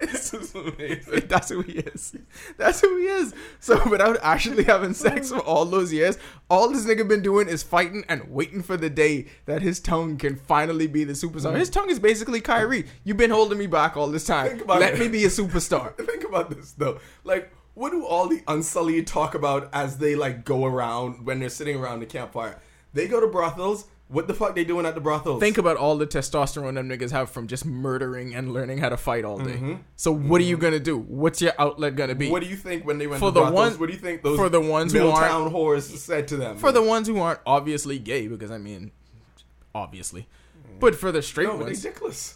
A: this is amazing.
B: that's who he is. That's who he is. So without actually having sex for all those years, all this nigga been doing is fighting and waiting for the day that his tongue can finally be the superstar. His tongue is basically Kyrie. You've been holding me back all this time.
A: Think about
B: Let
A: it.
B: me be a superstar.
A: Think about this though. Like, what do all the unsullied talk about as they like go around when they're sitting around the campfire? They go to brothels. What the fuck they doing at the brothels?
B: Think about all the testosterone them niggas have from just murdering and learning how to fight all day. So what are you gonna do? What's your outlet gonna be?
A: Mm-hmm. What do you think when they went
B: For
A: for
B: the
A: the brothels?
B: one-
A: what do you think those
B: for the ones who
A: Milltown whores said to them?
B: for the ones who aren't obviously gay, because I mean, obviously, but for the straight
A: no, but
B: ones,
A: they dickless.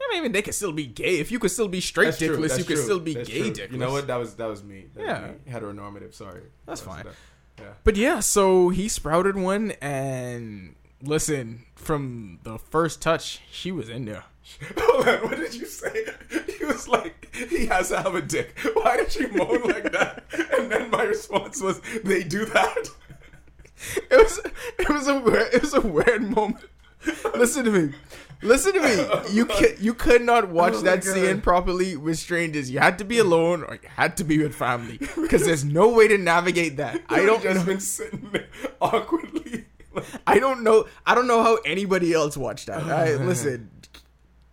B: I mean, even they could still be gay. If you could still be straight
A: That's true,
B: dickless,
A: that's
B: you could
A: true,
B: still be
A: that's
B: gay
A: true.
B: dickless.
A: You know what? That was that was me. That
B: Yeah.
A: was me. heteronormative. Sorry,
B: That's
A: That was
B: fine.
A: that. Yeah.
B: But yeah, so he sprouted one, and listen, from the first touch, she was in there.
A: Hold on, what did you say? He was like, he has to have a dick. Why did you moan like that? And then my response was, they do that.
B: It was it was a weird, it was a weird moment. Listen to me. Listen to me. You could you could not watch
A: Oh my
B: that
A: God.
B: scene properly with strangers. You had to be alone or you had to be with family because there's no way to navigate that. I
A: You've
B: don't
A: just
B: know,
A: been sitting there awkwardly. Like,
B: I don't know I don't know how anybody else watched that. I listen.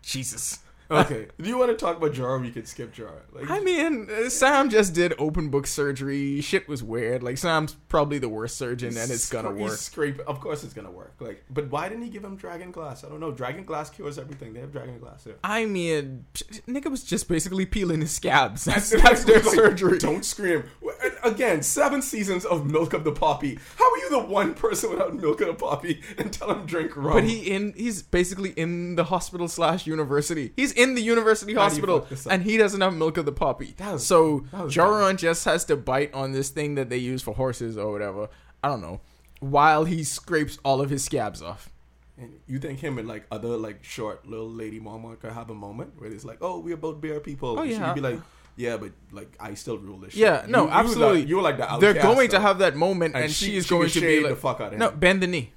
B: Jesus.
A: okay, do you want to talk about Jara? We could skip Jara. Like,
B: I mean, uh, Sam just did open book surgery. Shit was weird. Like Sam's probably the worst surgeon and it's gonna
A: scra-
B: work.
A: He's scrape. Of course, it's gonna work. Like, but why didn't he give him dragon glass? I don't know. Dragon glass cures everything. They have dragon glass here.
B: I mean, nigga was just basically peeling his scabs. That's,
A: Like,
B: that's their surgery.
A: Don't scream. And again, seven seasons of Milk of the Poppy. How are you the one person without Milk of the Poppy and tell him drink rum?
B: But he in he's basically in the hospital slash university. He's in the university
A: How do you
B: hospital,
A: fuck this up?
B: and he doesn't have milk of the poppy.
A: That was-
B: so
A: that was
B: Jaron just has to bite on this thing that they use for horses or whatever. I don't know. While he scrapes all of his scabs off.
A: And you think him and like other like short little lady mama could have a moment where it's like, oh, we're both bear people.
B: Oh,
A: And she'd
B: yeah.
A: be like, yeah, but like I still rule this.
B: Yeah,
A: shit. You-
B: no,
A: you were
B: absolutely.
A: the- You were like the
B: They're
A: outcast,
B: going to
A: though.
B: have that moment, and,
A: And
B: she,
A: she-
B: is
A: she
B: going
A: would
B: to be
A: shade
B: like,
A: the fuck out of
B: no,
A: him. Oh.
B: bend the knee.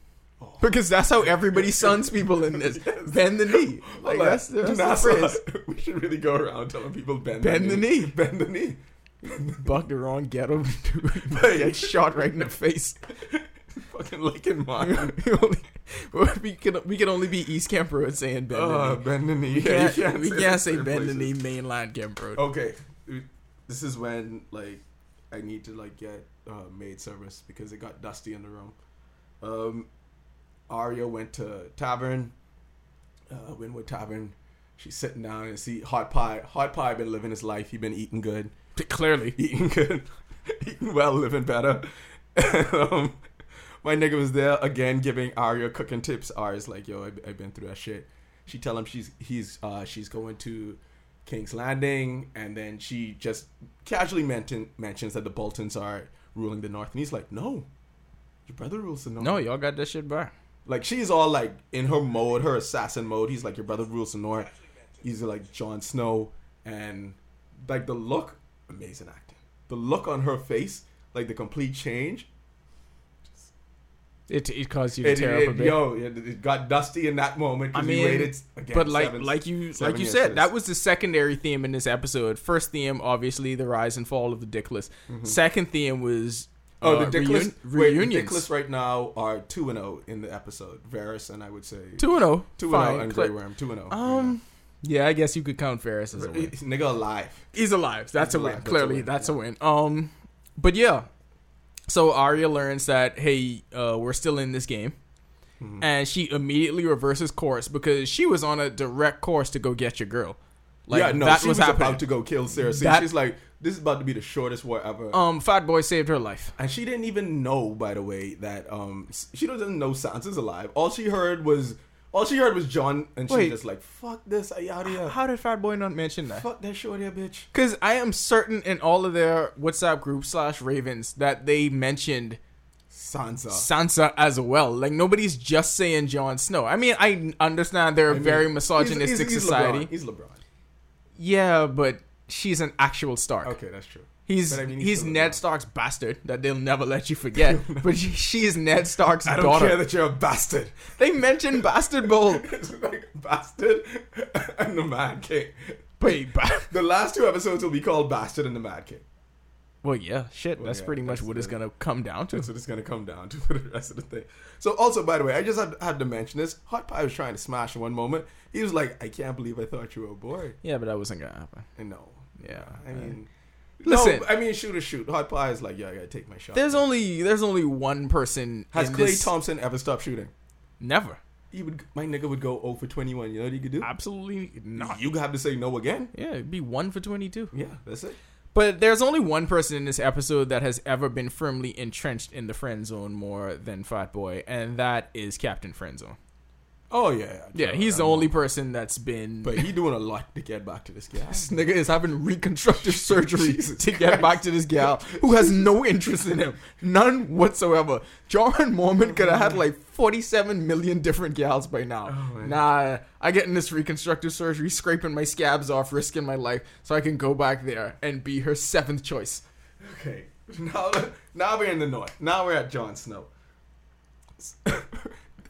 B: Because that's how everybody sons people in this. Bend the knee. Like, that's, the- that's the
A: NASA,
B: phrase.
A: we should really go around telling people bend,
B: Bend the knee.
A: bend the knee.
B: Buck the wrong ghetto dude.
A: But yeah,
B: Get shot right in the face.
A: fucking Lincoln Mine.
B: we, only, we can we can only be East Camp Road saying bend the
A: Uh,
B: knee.
A: bend the knee.
B: We
A: Yeah, you
B: can't, we
A: that
B: can't
A: in
B: say
A: certain
B: bend the
A: places. Oh,
B: knee mainline Camp Road.
A: Okay, this is when like I need to like get uh, maid service because it got dusty in the room. Um, Arya went to tavern, uh, Winwood Tavern. She's sitting down and see hot pie. Hot pie been living his life. He been eating good,
B: Clearly,
A: eating good, eating well, living better. um, my nigga was there again giving Arya cooking tips. Arya's like, yo, I, I've been through that shit. She tell him she's he's uh, she's going to King's Landing, and then she just casually mention, mentions that the Boltons are ruling the North, and he's like, no, your brother rules the North.
B: no, y'all got that shit back.
A: Like she's all like in her mode, her assassin mode. He's like your brother rules the north. He's like Jon Snow, and like the look, amazing acting. The look on her face, like the complete change.
B: It it caused you to
A: It,
B: tear up a
A: it,
B: bit.
A: yo, it, it got dusty in that moment. 'cause
B: I
A: he
B: mean,
A: waited again,
B: but like
A: seven-
B: like you
A: seven
B: like you
A: years
B: said,
A: for
B: that
A: this.
B: was the secondary theme in this episode. First theme, obviously, the rise and fall of the Dickless. Second theme was
A: Mm-hmm. oh
B: uh,
A: the Dickless
B: reun-
A: wait, the
B: reunions.
A: Dickless right now are two and zero in the episode. Varys and I would say
B: Two and oh,
A: two and
B: fine.
A: zero and
B: Cle-
A: Grey Worm two and oh. zero.
B: um, yeah, I guess you could count Ferris as a win.
A: nigga alive.
B: He's alive. That's
A: He's
B: a win.
A: alive. That's a
B: Clearly,
A: win.
B: that's a
A: Yeah.
B: win. Um, but yeah, so Arya learns that hey, uh, we're still in this game,
A: Mhm.
B: and she immediately reverses course because she was on a direct course to go get your girl. Like
A: yeah, no,
B: that
A: she
B: was,
A: was,
B: happening.
A: about to go kill Cersei.
B: That-
A: She's like, this is about to be the shortest war ever.
B: um, Fat Boy saved her life.
A: And she didn't even know, by the way, that um s- she doesn't know Sansa's alive. All she heard was all she heard was John, and
B: Wait.
A: she's just like, "Fuck this, I out here.
B: How did Fat Boy not mention that?
A: Fuck that short hair bitch."
B: Because I am certain in all of their WhatsApp group slash Ravens that they mentioned
A: Sansa.
B: Sansa as well. Like nobody's just saying Jon Snow. I mean, I understand they're a
A: I mean,
B: very
A: he's-
B: misogynistic
A: he's- he's
B: society.
A: LeBron. He's LeBron.
B: Yeah, but she's an actual Stark.
A: Okay, that's true.
B: He's
A: But I mean, he's
B: he's
A: still a
B: Ned
A: dog.
B: Stark's bastard that they'll never let you forget. but she, she is Ned Stark's
A: I don't
B: daughter.
A: care that you're a bastard.
B: They mentioned bastard bowl.
A: it's like bastard and the Mad King.
B: Wait, ba-
A: The last two episodes will be called Bastard and the Mad King.
B: well, yeah, shit.
A: Well,
B: that's
A: yeah,
B: pretty much
A: that's
B: what it's
A: the-
B: gonna come down to.
A: That's what it's gonna come down to for the rest of the thing. So also, by the way, I just had, had to mention this. Hot Pie was trying to smash in one moment. He was like, "I can't believe I thought you were a boy."
B: Yeah, but that wasn't gonna happen.
A: And no,
B: Yeah,
A: I mean,
B: Listen.
A: no, I mean, shoot or shoot. Hot Pie is like, "Yeah, I gotta take my shot."
B: there's only there's only one person.
A: has
B: in
A: Clay
B: this-
A: Thompson ever stopped shooting?
B: Never.
A: He would, my nigga would go 0 for 21. You know what he could do?
B: Absolutely not.
A: You have to say no again.
B: Yeah, it'd be one for twenty-two.
A: Yeah, that's it.
B: But there's only one person in this episode that has ever been firmly entrenched in the friend zone more than Fat Boy, and that is Captain Friendzone.
A: Oh yeah,
B: Yeah, he's the only person that's been.
A: But he doing a lot to get back to this guy.
B: this nigga is having reconstructive surgery
A: Jesus
B: to get back to this gal who has no interest in him, none whatsoever. John Mormon could have had like 47 million different gals by now.
A: Oh, man.
B: nah, I get in this reconstructive surgery, scraping my scabs off, risking my life so I can go back there and be her seventh choice.
A: Okay. Now, now we're in the north. Now we're at Jon Snow.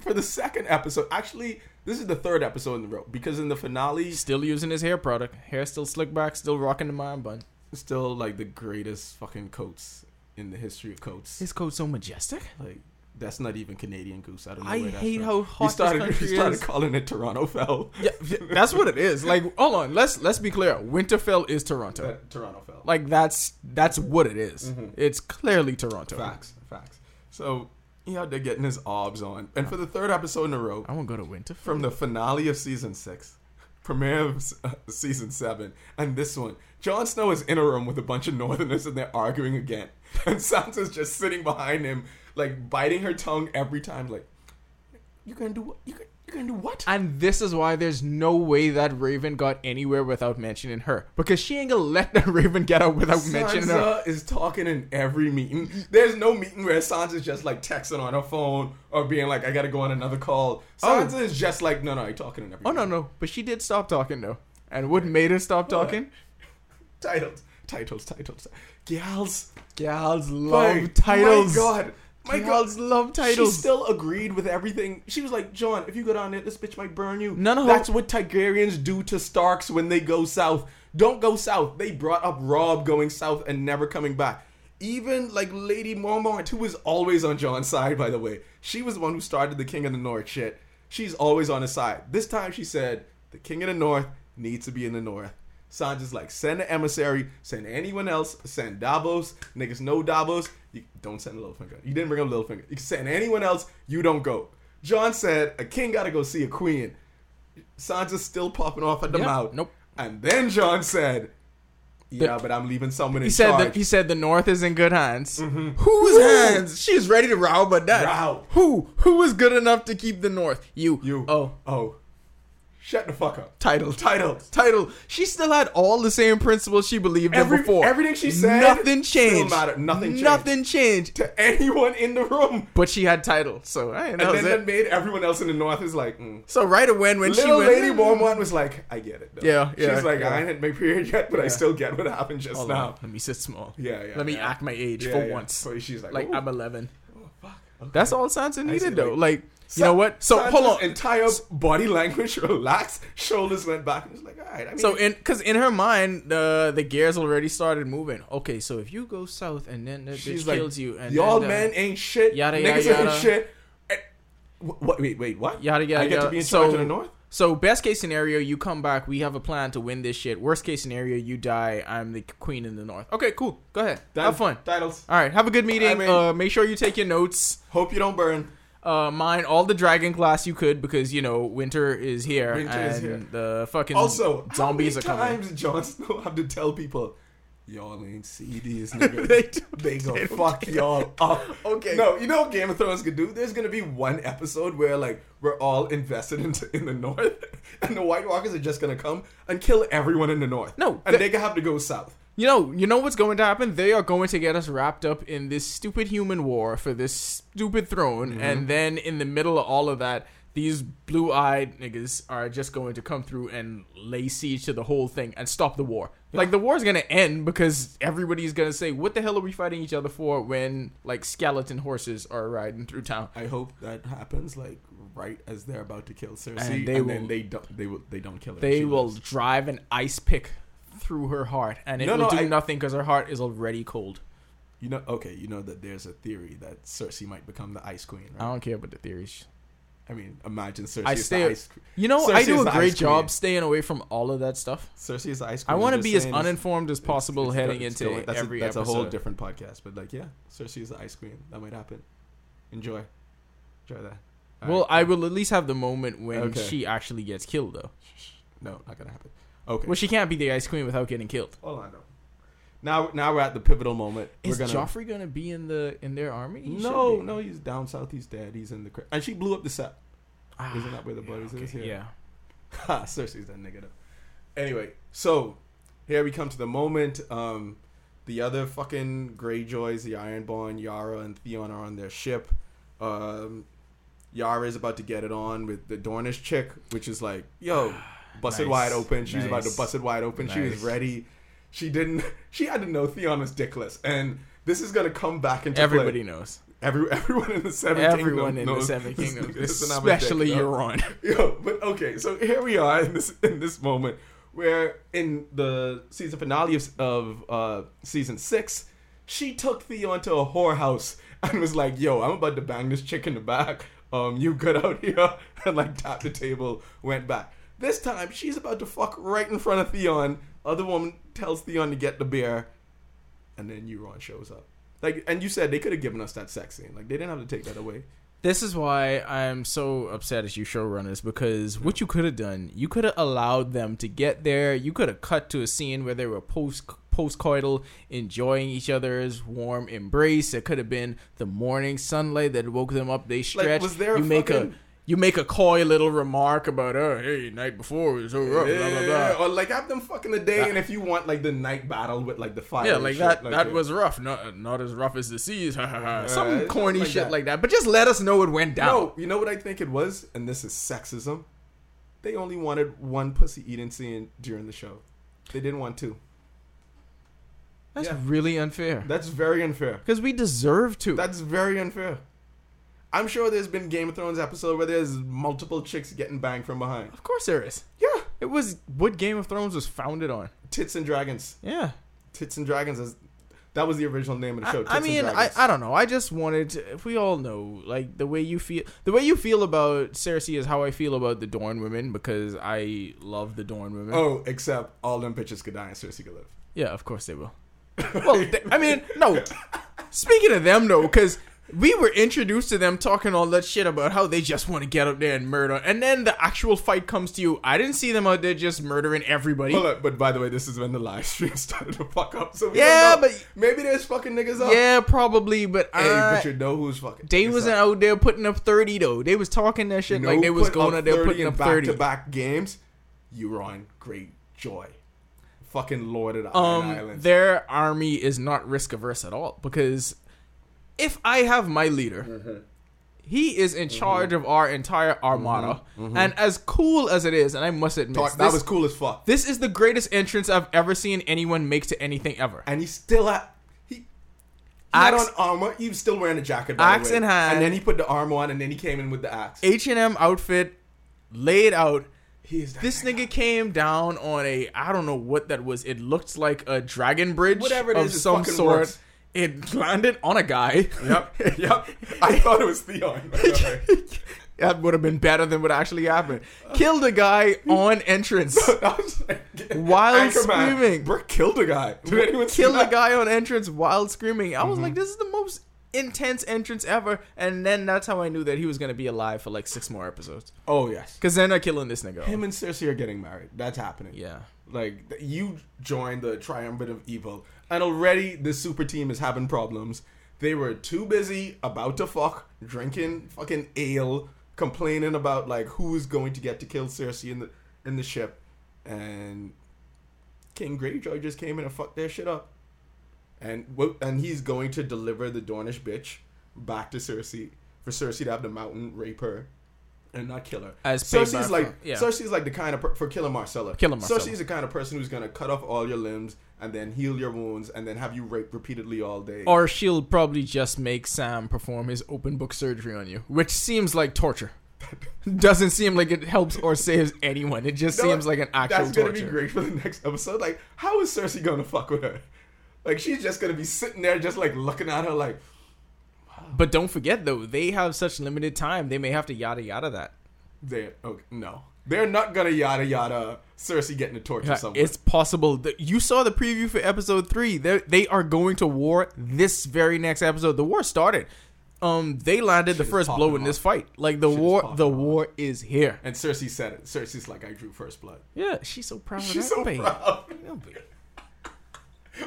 A: For the second episode, actually, this is the third episode in a row because in the finale,
B: He's still using his hair product. Hair still slick back, still rocking the mind bun.
A: still like the greatest fucking coats in the history of coats.
B: His coat's so majestic.
A: like that's not even Canadian goose. I don't know.
B: I
A: where that's
B: hate
A: from.
B: how hot
A: he started.
B: this country
A: he started
B: is.
A: calling it Toronto fell.
B: Yeah, yeah, that's what it is. Like, hold on, let's let's be clear. Winterfell is Toronto.
A: That- Toronto fell.
B: Like that's that's what it is.
A: Mhm.
B: It's clearly Toronto.
A: facts, facts. So he out there getting his obs on, and for the third episode in a row,
B: I won't go to Winterfell.
A: from the finale of season six, premiere of s- uh, season seven, and this one, Jon Snow is in a room with a bunch of Northerners and they're arguing again, and Sansa's just sitting behind him, like biting her tongue every time. Like, you gonna do what? You gonna, you gonna do what?
B: And this is why there's no way that Raven got anywhere without mentioning her. Because she ain't gonna let that Raven get out without mentioning her.
A: Sansa is talking in every meeting. There's no meeting where Sansa's just like texting on her phone or being like, "I gotta go on another call." Sansa is just like, "No, no, you're talking in every."
B: Oh no
A: meeting."
B: no, but she did stop talking though. And what made her stop talking?
A: Titles, titles, titles, gals.
B: Gals love
A: Like,
B: titles.
A: My God, my God.
B: Gals love
A: She
B: titles.
A: still agreed with everything. She was like, John, if you go down there, this bitch might burn you.
B: None of her-
A: That's what Tigerians do to Starks when they go south. Don't go south. They brought up Rob going south and never coming back. Even like Lady Mormont, who was always on John's side, by the way. She was the one who started the King of the North shit. She's always on his side. This time she said, the King of the North needs to be in the North. Sansa's like, send an emissary, send anyone else, send Davos. Niggas know Davos. You don't send Littlefinger. You didn't bring up Littlefinger. You can send anyone else, you don't go. John said, a king gotta go see a queen. Sansa's still popping off at the
B: Yeah,
A: mouth.
B: nope.
A: And then John said, yeah,
B: The-
A: but I'm leaving someone
B: He
A: in
B: said
A: charge.
B: that he said the North is in good hands.
A: Mm-hmm.
B: Whose hands? She's ready to row, but that
A: Row.
B: who who is good enough to keep the North? You
A: you.
B: Oh
A: Oh. Shut the fuck up.
B: title
A: Titled.
B: title. She still had all the same principles she believed
A: Every-
B: in before.
A: everything she said
B: nothing
A: still
B: changed.
A: mattered. Nothing changed.
B: Nothing changed.
A: To anyone in the room.
B: But she had title, so hey,
A: And
B: that was
A: then
B: it.
A: that made everyone else in the north is like, mm.
B: so right away when she
A: Little
B: went,
A: Lady Mormont was like, I get it. Though.
B: Yeah, yeah,
A: She's like,
B: yeah.
A: I ain't had my period yet, but I still get what happened just
B: Hold on,
A: now.
B: let me sit small.
A: Yeah, yeah.
B: let me
A: yeah.
B: act my age
A: Yeah,
B: for
A: yeah.
B: once.
A: So she's like,
B: like
A: "Ooh,
B: I'm 11.
A: oh, fuck. Okay.
B: That's all Sansa
A: see,
B: needed though.
A: like-
B: Like you
A: Sa-
B: know what? So hold
A: Sansa's
B: on.
A: Entire body language relaxed. Shoulders went back. And was like, all right. I mean,
B: So in because in her mind, the the gears already started moving. Okay, so if you go south and then that bitch
A: she's like,
B: kills you and
A: y'all
B: then, uh,
A: men ain't shit.
B: yada, yada,
A: Niggas
B: yada.
A: ain't shit. And, wh- what? Wait, wait, what?
B: yada yada.
A: I get
B: yada.
A: to be in
B: so,
A: charge of the north.
B: So best case scenario, you come back. We have a plan to win this shit. Worst case scenario, you die. I'm the queen in the north. Okay, cool. Go ahead.
A: Done.
B: Have fun.
A: Titles.
B: All right. Have a good meeting.
A: I mean-
B: uh, make sure you take your notes.
A: Hope you don't burn.
B: Uh, mine all the dragon glass you could because you know winter is here
A: Winter
B: and
A: is here.
B: the fucking
A: Also,
B: zombies
A: how
B: are
A: many
B: coming.
A: times Jon Snow have to tell people, y'all ain't see these niggas.
B: They
A: they
B: don't-
A: gonna fuck y'all up.
B: Okay.
A: No, you know what Game of Thrones could do? There's gonna be one episode where like we're all invested into in the North, and the White Walkers are just gonna come and kill everyone in the North.
B: No,
A: and
B: the-
A: they gonna have to go south.
B: You know, you know what's going to happen? They are going to get us wrapped up in this stupid human war for this stupid throne, and then in the middle of all of that, these blue-eyed niggas are just going to come through and lay siege to the whole thing and stop the war. Like the war's going to end because everybody's going to say, "What the hell are we fighting each other for?" When like skeleton horses are riding through town.
A: I hope that happens like right as they're about to kill Cersei,
B: And
A: and,
B: they will-
A: then they don't they will they don't kill her.
B: They
A: She
B: will
A: lives.
B: drive an ice pick through her heart, and it
A: No,
B: will
A: no,
B: do
A: I-
B: nothing because her heart is already cold.
A: You know, okay, you know that there's a theory that Cersei might become the Ice Queen.
B: I
A: Right?
B: don't care about the theories.
A: I mean, imagine Cersei
B: I
A: is
B: stay.
A: the Ice Queen.
B: You know,
A: Cersei
B: I
A: is
B: do a
A: the
B: great
A: ice queen.
B: job staying away from all of that stuff.
A: Cersei is the Ice
B: I
A: Queen.
B: want to
A: I'm
B: be
A: just
B: as
A: saying it's-
B: uninformed as possible
A: it's
B: heading
A: go- it's
B: into
A: going- that's a,
B: every
A: that's
B: episode.
A: a whole different podcast, but like, yeah, Cersei is the Ice Queen. That might happen. Enjoy, enjoy that. All
B: well,
A: right.
B: I will at least have the moment when
A: Okay.
B: she actually gets killed, though.
A: no, not gonna happen. Okay,
B: Well, she can't be the Ice Queen without getting killed.
A: hold on. though. Now, now we're at the pivotal moment.
B: Is
A: we're gonna.
B: Joffrey gonna be in the in their army? He
A: no,
B: should be.
A: no, he's down south. He's dead. He's in the crypt, and she blew up the set.
B: Ah,
A: Isn't that where the bodies
B: okay,
A: is?
B: Yeah.
A: Ha, Ah, Cersei's that nigga though. Anyway, so here we come to the moment. Um, the other fucking Greyjoys, the Ironborn, Yara and Theon are on their ship. Um, Yara is about to get it on with the Dornish chick, which is like, yo, bust it
B: Nice,
A: wide open. She was about to
B: nice,
A: bust it wide open. She was
B: nice.
A: ready. She didn't. She had to know Theon was dickless, and this is gonna come back into play.
B: Everybody knows.
A: Every, everyone in the Seven
B: Everyone
A: Kingdoms
B: in the
A: knows
B: Seven
A: this
B: Kingdoms,
A: nigga doesn't have a dick,
B: especially
A: though.
B: Euron.
A: Yo, but okay, so here we are in this in this moment where in the season finale of, of uh, season six, she took Theon to a whorehouse and was like, "Yo, I'm about to bang this chick in the back. Um, you good out here?" And like tapped the table, went back. This time, she's about to fuck right in front of Theon. Other woman tells Theon to get the beer, and then Euron shows up. Like, and you said they could have given us that sex scene. Like, they didn't have to take that away.
B: This is why I'm so upset at you showrunners because what you could have done, you could have allowed them to get there. You could have cut to a scene where they were post postcoital, enjoying each other's warm embrace. It could have been the morning sunlight that woke them up. They stretched.
A: was there a
B: you make a
A: fucking-
B: you make a coy little remark about, oh, hey, night before we was so rough, blah blah blah.
A: Or like have them fucking a day, and if you want like the night battle with like the fire.
B: Yeah,
A: and
B: like
A: shit,
B: that. that
A: uh,
B: was rough. Not not as rough as the seas. Ha ha ha. Some
A: it's
B: corny
A: like
B: shit
A: that.
B: like that. But just let us know it went down.
A: No, you know what I think it was, and this is sexism. They only wanted one pussy eating scene during the show. They didn't want two.
B: That's
A: yeah.
B: really unfair.
A: That's very unfair.
B: Because we deserve to.
A: That's very unfair. I'm sure there's been Game of Thrones episode where there's multiple chicks getting banged from behind.
B: of course there is.
A: Yeah,
B: It was what Game of Thrones was founded on.
A: tits and dragons.
B: Yeah.
A: Tits and dragons is that was the original name of the
B: I,
A: show.
B: I
A: Tits and
B: mean, I,
A: Dragons.
B: I don't know. I just wanted to, if we all know, like, the way you feel, the way you feel about Cersei is how I feel about the Dorn women because I love the Dorn women.
A: oh, except all them bitches could die and Cersei could live.
B: Yeah, of course they will. well, they, I mean, no. Speaking of them, though, because we were introduced to them talking all that shit about how they just want to get up there and murder, and then the actual fight comes to you. I didn't see them out there just murdering everybody.
A: Hold up, but by the way, this is when the live stream started to fuck up. So we
B: Yeah,
A: don't know.
B: but-
A: maybe there's fucking niggas up.
B: yeah, probably, but
A: Hey,
B: I,
A: but you know who's fucking.
B: they
A: niggas
B: wasn't
A: up.
B: out there putting up thirty though. They was talking that shit
A: No
B: like they was
A: putting
B: going
A: up
B: out there
A: 30
B: putting
A: in
B: up thirty.
A: back-to-back games. You were on great joy. Fucking lord of the Iron
B: um
A: Islands.
B: their army is not risk averse at all because if I have my leader,
A: Mm-hmm.
B: he is in charge of our entire armada, and as cool as it is, and I must admit,
A: Fuck, Mm-hmm. that
B: this,
A: was cool as fuck.
B: this is the greatest entrance I've ever seen anyone make to anything ever.
A: and he's still at he. Not
B: Axe-
A: on armor. He was still wearing a jacket. By the
B: Axe
A: way.
B: in hand.
A: And then he put the armor on, and then he came in with the axe.
B: H and M outfit laid out.
A: He is that
B: This
A: guy.
B: nigga came down on a I don't know what that was. It looked like a dragon bridge
A: Whatever it
B: of
A: is, it
B: some
A: fucking
B: sort.
A: works.
B: It landed on a guy.
A: Yep, yep. I thought it was Theon. but okay.
B: that would have been better than what actually happened. Killed a guy on entrance.
A: I was like,
B: While screaming.
A: Brick killed a guy. Did anyone see
B: Killed a
A: that?
B: guy on entrance while screaming. I was like,
A: Mm-hmm.
B: this is the most intense entrance ever. And then that's how I knew that he was going to be alive for like six more episodes.
A: Oh yes.
B: Because they're not killing this nigga. off.
A: Him and Cersei are getting married. That's happening.
B: Yeah.
A: Like th- you joined the triumvirate of evil, and already the super team is having problems. They were too busy about to fuck, drinking fucking ale, complaining about like who's going to get to kill Cersei in the in the ship, and King Greyjoy just came in and fucked their shit up, and wo- and he's going to deliver the Dornish bitch back to Cersei for Cersei to have the mountain rape her. And not kill her.
B: As paid
A: Cersei's
B: by-
A: like
B: yeah.
A: Cersei's like the kind of per- for killing Marcella.
B: Killing Marcella.
A: Cersei's the kind of person who's gonna cut off all your limbs and then heal your wounds and then have you raped repeatedly all day.
B: Or she'll probably just make Sam perform his open book surgery on you, which seems like torture. Doesn't seem like it helps or saves anyone. It just
A: You know
B: seems
A: what?
B: like an actual
A: That's
B: torture.
A: gonna be great for the next episode. Like, how is Cersei gonna fuck with her? Like, she's just gonna be sitting there, just like looking at her, like,
B: But don't forget though, they have such limited time. They may have to yada yada that.
A: "They, okay, no, they're not gonna yada yada." Cersei getting a torture
B: Yeah,
A: someone.
B: It's possible that you saw the preview for episode three. They're, they are going to war this very next episode. The war started. Um, they landed the
A: Shit is
B: first
A: popping
B: blow in
A: off.
B: this fight. Like the
A: Shit is
B: war,
A: popping
B: the
A: off.
B: war is here.
A: and Cersei said it. Cersei's like, "I drew first blood."
B: Yeah, she's so proud of
A: She's
B: that
A: so
B: baby.
A: proud.
B: Yeah, baby.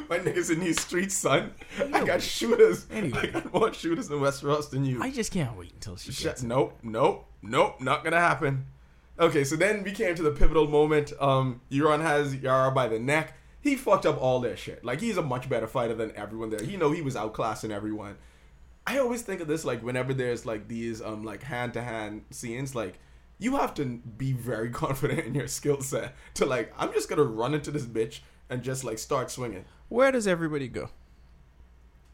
A: My niggas in these streets, son. I got shooters.
B: Anyway.
A: I got more shooters in Westeros than you.
B: I just can't wait until she
A: Sh-
B: gets.
A: nope, nope, nope, not gonna happen. Okay, so then we came to the pivotal moment. Um, Euron has Yara by the neck. He fucked up all their shit. Like he's a much better fighter than everyone there. He know he was outclassing everyone. I always think of this like whenever there's like these um like hand to hand scenes, like you have to be very confident in your skill set to like I'm just gonna run into this bitch and just like start swinging.
B: Where does everybody go?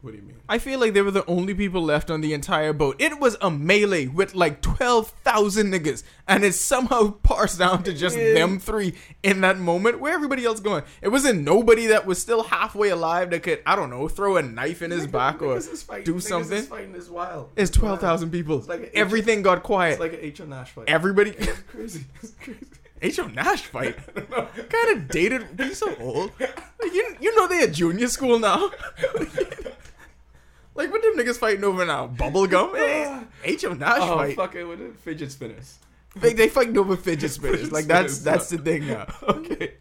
A: What do you mean?
B: I feel like they were the only people left on the entire boat. It was a melee with like 12,000 niggas, and it somehow parsed down to just
A: Yeah.
B: them three in that moment. Where everybody else going? It wasn't nobody that was still halfway alive that could, I don't know, throw a knife in his back or
A: Niggas is fighting- niggas
B: do
A: is
B: something.
A: fighting is wild.
B: It's 12,000 people.
A: like an
B: Everything got
A: It's
B: quiet.
A: like an HO Nash fight.
B: everybody.
A: It's crazy. It's crazy.
B: H.O. Nash fight?
A: know.
B: kind of dated. Be so old. Like, you, you know they at junior school now. like what them niggas fighting over now? Bubblegum?
A: Ah,
B: It, H.O. Nash
A: Oh,
B: fight.
A: fucking with it. Fidget spinners.
B: They, they fucking over fidget spinners.
A: Fidget
B: Like that's
A: spinners,
B: that's the thing now.
A: okay.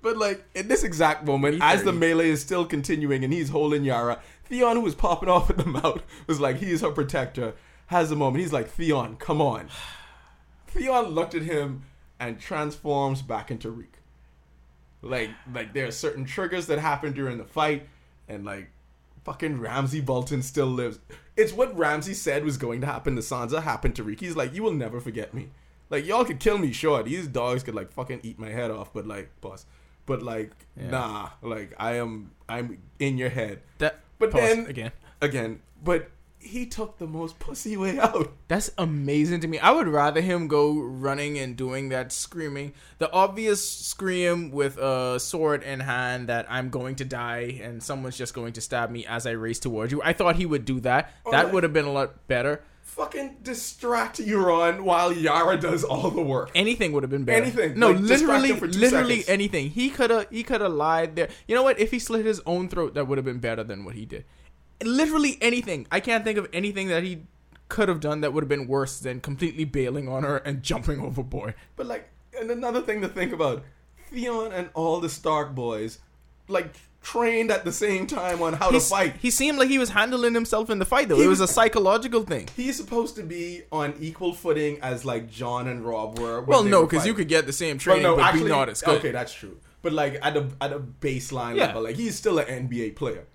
A: But like in this exact moment, as the
B: E30.
A: melee is still continuing and he's holding Yara, Theon, who was popping off at the mouth, was like, he is her protector. Has a moment. He's like, Theon, come on. Theon looked at him and transforms back into Reek. Like, like there are certain triggers that happen during the fight, and like, fucking Ramsey Bolton still lives. It's what Ramsey said was going to happen to Sansa happened to Reek. He's like, you will never forget me. Like, y'all could kill me, sure. These dogs could like fucking eat my head off, but like, boss. But like,
B: Yeah.
A: nah. Like, I am, I'm in your head
B: That
A: But
B: pause
A: then-
B: again.
A: again. But he took the most pussy way out.
B: That's amazing to me. I would rather him go running and doing that screaming. The obvious scream with a sword in hand that I'm going to die and someone's just going to stab me as I race towards you. I thought he would do that.
A: Or
B: that
A: like-
B: would have been a lot better.
A: Fucking distract Euron while Yara does all the work.
B: Anything would have been better.
A: Anything.
B: No,
A: Like, distract
B: literally,
A: him for two
B: literally
A: seconds.
B: anything. He could have. He could have lied there. You know what? If he slit his own throat, that would have been better than what he did. Literally anything. I can't think of anything that he could have done that would have been worse than completely bailing on her and jumping overboard.
A: But like, and another thing to think about: Theon and all the Stark boys, like, trained at the same time on how
B: He's-
A: to fight.
B: He seemed like he was handling himself in the fight, though.
A: He
B: it was a
A: was-
B: psychological thing.
A: He's supposed to be on equal footing as like John and Rob were. when
B: Well,
A: they
B: no,
A: were
B: because you
A: fighting.
B: could get the same
A: Well,
B: training, but be not as good.
A: Okay, that's true. But like at a at a baseline
B: Yeah.
A: level, like he's still an NBA player.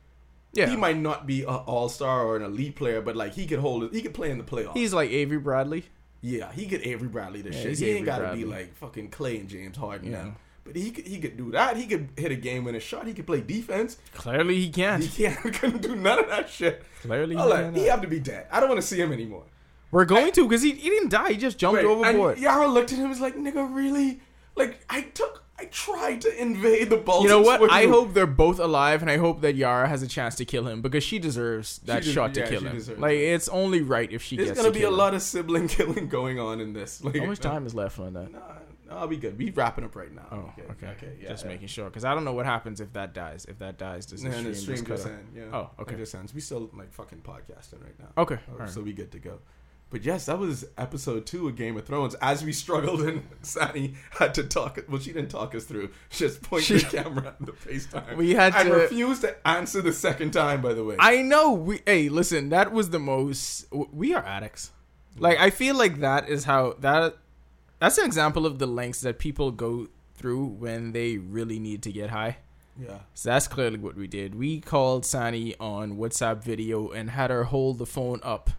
B: yeah,
A: He might not be an all star or an elite player, but like he could hold it. He could play in the playoffs.
B: he's like Avery Bradley.
A: Yeah, he could Avery Bradley this shit.
B: he's
A: He ain't
B: Avery
A: got to
B: Bradley.
A: be like fucking Clay and James Harden
B: Yeah.
A: now. But he could, he could do that. He could hit a game winning shot. He could play defense.
B: Clearly, he
A: He
B: can't.
A: can't couldn't do none of that shit.
B: Clearly,
A: I'm like, he have to be dead. I don't want to see him anymore.
B: We're going to because he, he didn't die. He just jumped
A: Wait,
B: overboard.
A: and Yara looked at him and was like, "Nigga, really? Like I took, I tried to invade the Baltics.
B: you know what?
A: with
B: I
A: you."
B: hope they're both alive, and I hope that Yara has a chance to kill him because she deserves that
A: des-
B: shot to
A: yeah,
B: kill
A: she
B: him.
A: deserves
B: Like
A: it.
B: it's only right if she
A: there's
B: gets.
A: gonna
B: to
A: be a
B: kill
A: lot of sibling killing going on in this. Like
B: Him. How much time is left on that?
A: Nah, nah, I'll be good. We wrapping up right now.
B: Oh, okay,
A: okay, yeah.
B: just
A: yeah.
B: making sure because I don't know what happens if that dies. If that dies, does the
A: And
B: stream,
A: the stream
B: just cut
A: just
B: off?
A: end. Yeah.
B: Oh, okay.
A: It just ends. We still like fucking podcasting right now.
B: Okay,
A: Oh,
B: all right.
A: So we good to go. But yes, that was episode two of Game of Thrones. As we struggled and Sani had to talk, well, she didn't talk us through. She just pointed
B: She-
A: the camera at the FaceTime.
B: We had
A: and
B: to-
A: refused to answer the second time. By the way,
B: I know. We hey, listen. That was the most. w- We are addicts. Like I feel like that is how that. That's an example of the lengths that people go through when they really need to get high.
A: yeah,
B: So that's clearly what we did. We called Sani on WhatsApp video and had her hold the phone up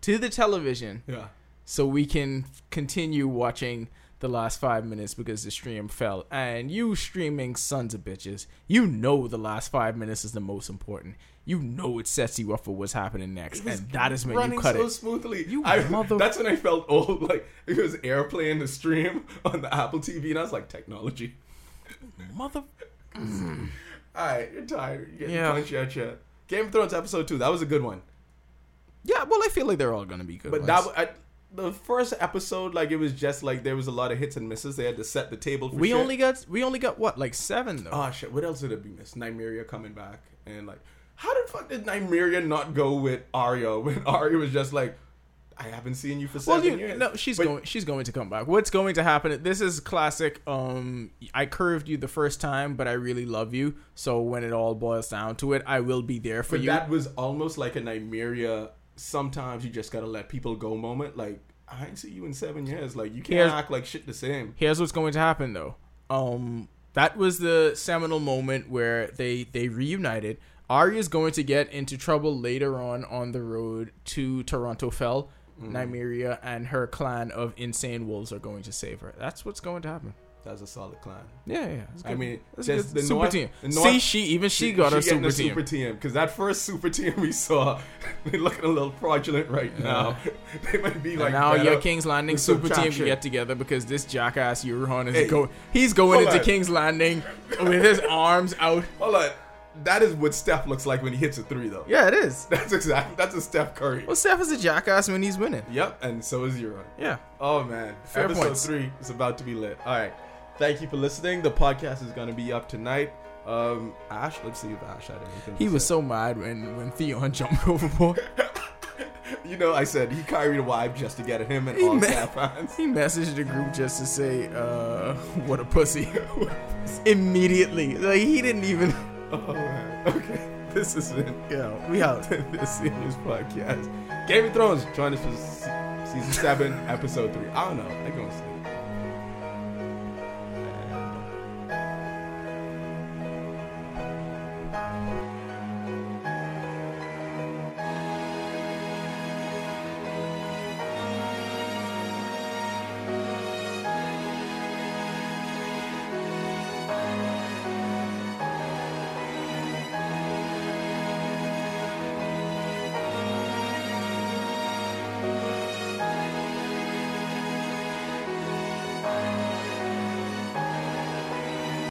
B: to the television
A: yeah.
B: so we can continue watching the last five minutes because the stream fell. And you streaming sons of bitches, you know the last five minutes is the most important. You know it sets you up for what's happening next,
A: It was
B: and that is when
A: running
B: you cut
A: so
B: it.
A: smoothly.
B: You
A: I,
B: mother-
A: That's when I felt old. Like it was airplaying the stream on the Apple TV, and I was like, technology.
B: Mother,
A: All right, you're tired. You're getting
B: Yeah.
A: punched at ya. Game of Thrones episode two. That was a good one.
B: yeah. Well, I feel like they're all gonna be good.
A: But
B: ones.
A: that I, the first episode, like it was just like there was a lot of hits and misses. They had to set the table. for
B: we
A: shit.
B: only got we only got what like seven though.
A: oh shit. What else did it be missed? Nymeria coming back and like how the fuck did Nymeria not go with Arya when Arya was just like. I haven't seen you for
B: Well,
A: seven
B: you,
A: years.
B: no, she's
A: But-
B: going. She's going to come back. What's going to happen? This is classic. Um, I curved you the first time, but I really love you. So when it all boils down to it, I will be there for
A: But
B: you.
A: that was almost like a Nymeria. Sometimes you just gotta let people go moment. Like I ain't see you in seven years. Like you can't
B: Here's-
A: act like shit the same.
B: Here's what's going to happen, though. Um, that was the seminal moment where they they reunited. Arya's going to get into trouble later on on the road to Toronto Fell.
A: Mm.
B: Nymeria and her clan of insane wolves are going to save her. That's what's going to happen.
A: That's a solid climb.
B: Yeah, yeah. that's
A: I
B: good.
A: mean,
B: That's
A: just
B: good.
A: the
B: super
A: North-
B: team.
A: the
B: See,
A: North-
B: she even she, got her
A: getting
B: super
A: a
B: team.
A: super team because that first super team we saw, they looking a little fraudulent right now. they might be like
B: and now
A: better.
B: your King's Landing
A: with
B: super team
A: subtraction.
B: can get together because this jackass Euron is
A: Hey,
B: go he's going
A: hold
B: into
A: on.
B: King's Landing with his arms out.
A: Hold on, that is what Steph looks like when he hits a three though.
B: Yeah, it is.
A: that's exactly that's a Steph Curry.
B: Well, Steph is a jackass when he's winning.
A: Yep, and so is Euron.
B: Yeah.
A: Oh man,
B: Fair
A: episode
B: points.
A: three is about to be lit. All right, thank you for listening. The podcast is going to be up tonight. Um, Ash, let's see if Ash had anything.
B: He
A: to
B: was
A: say.
B: so mad when when Theon jumped overboard.
A: You know, I said he carried a wife just to get at him and
B: He
A: all
B: ma-
A: sapphires.
B: He messaged the group just to say, uh, what a pussy. Immediately. Like, he didn't even.
A: Oh, man. Okay. This is it.
B: Yo, we out.
A: this series podcast. Game of Thrones. Join us for se- season seven, episode three. I don't know. I gonna sleep.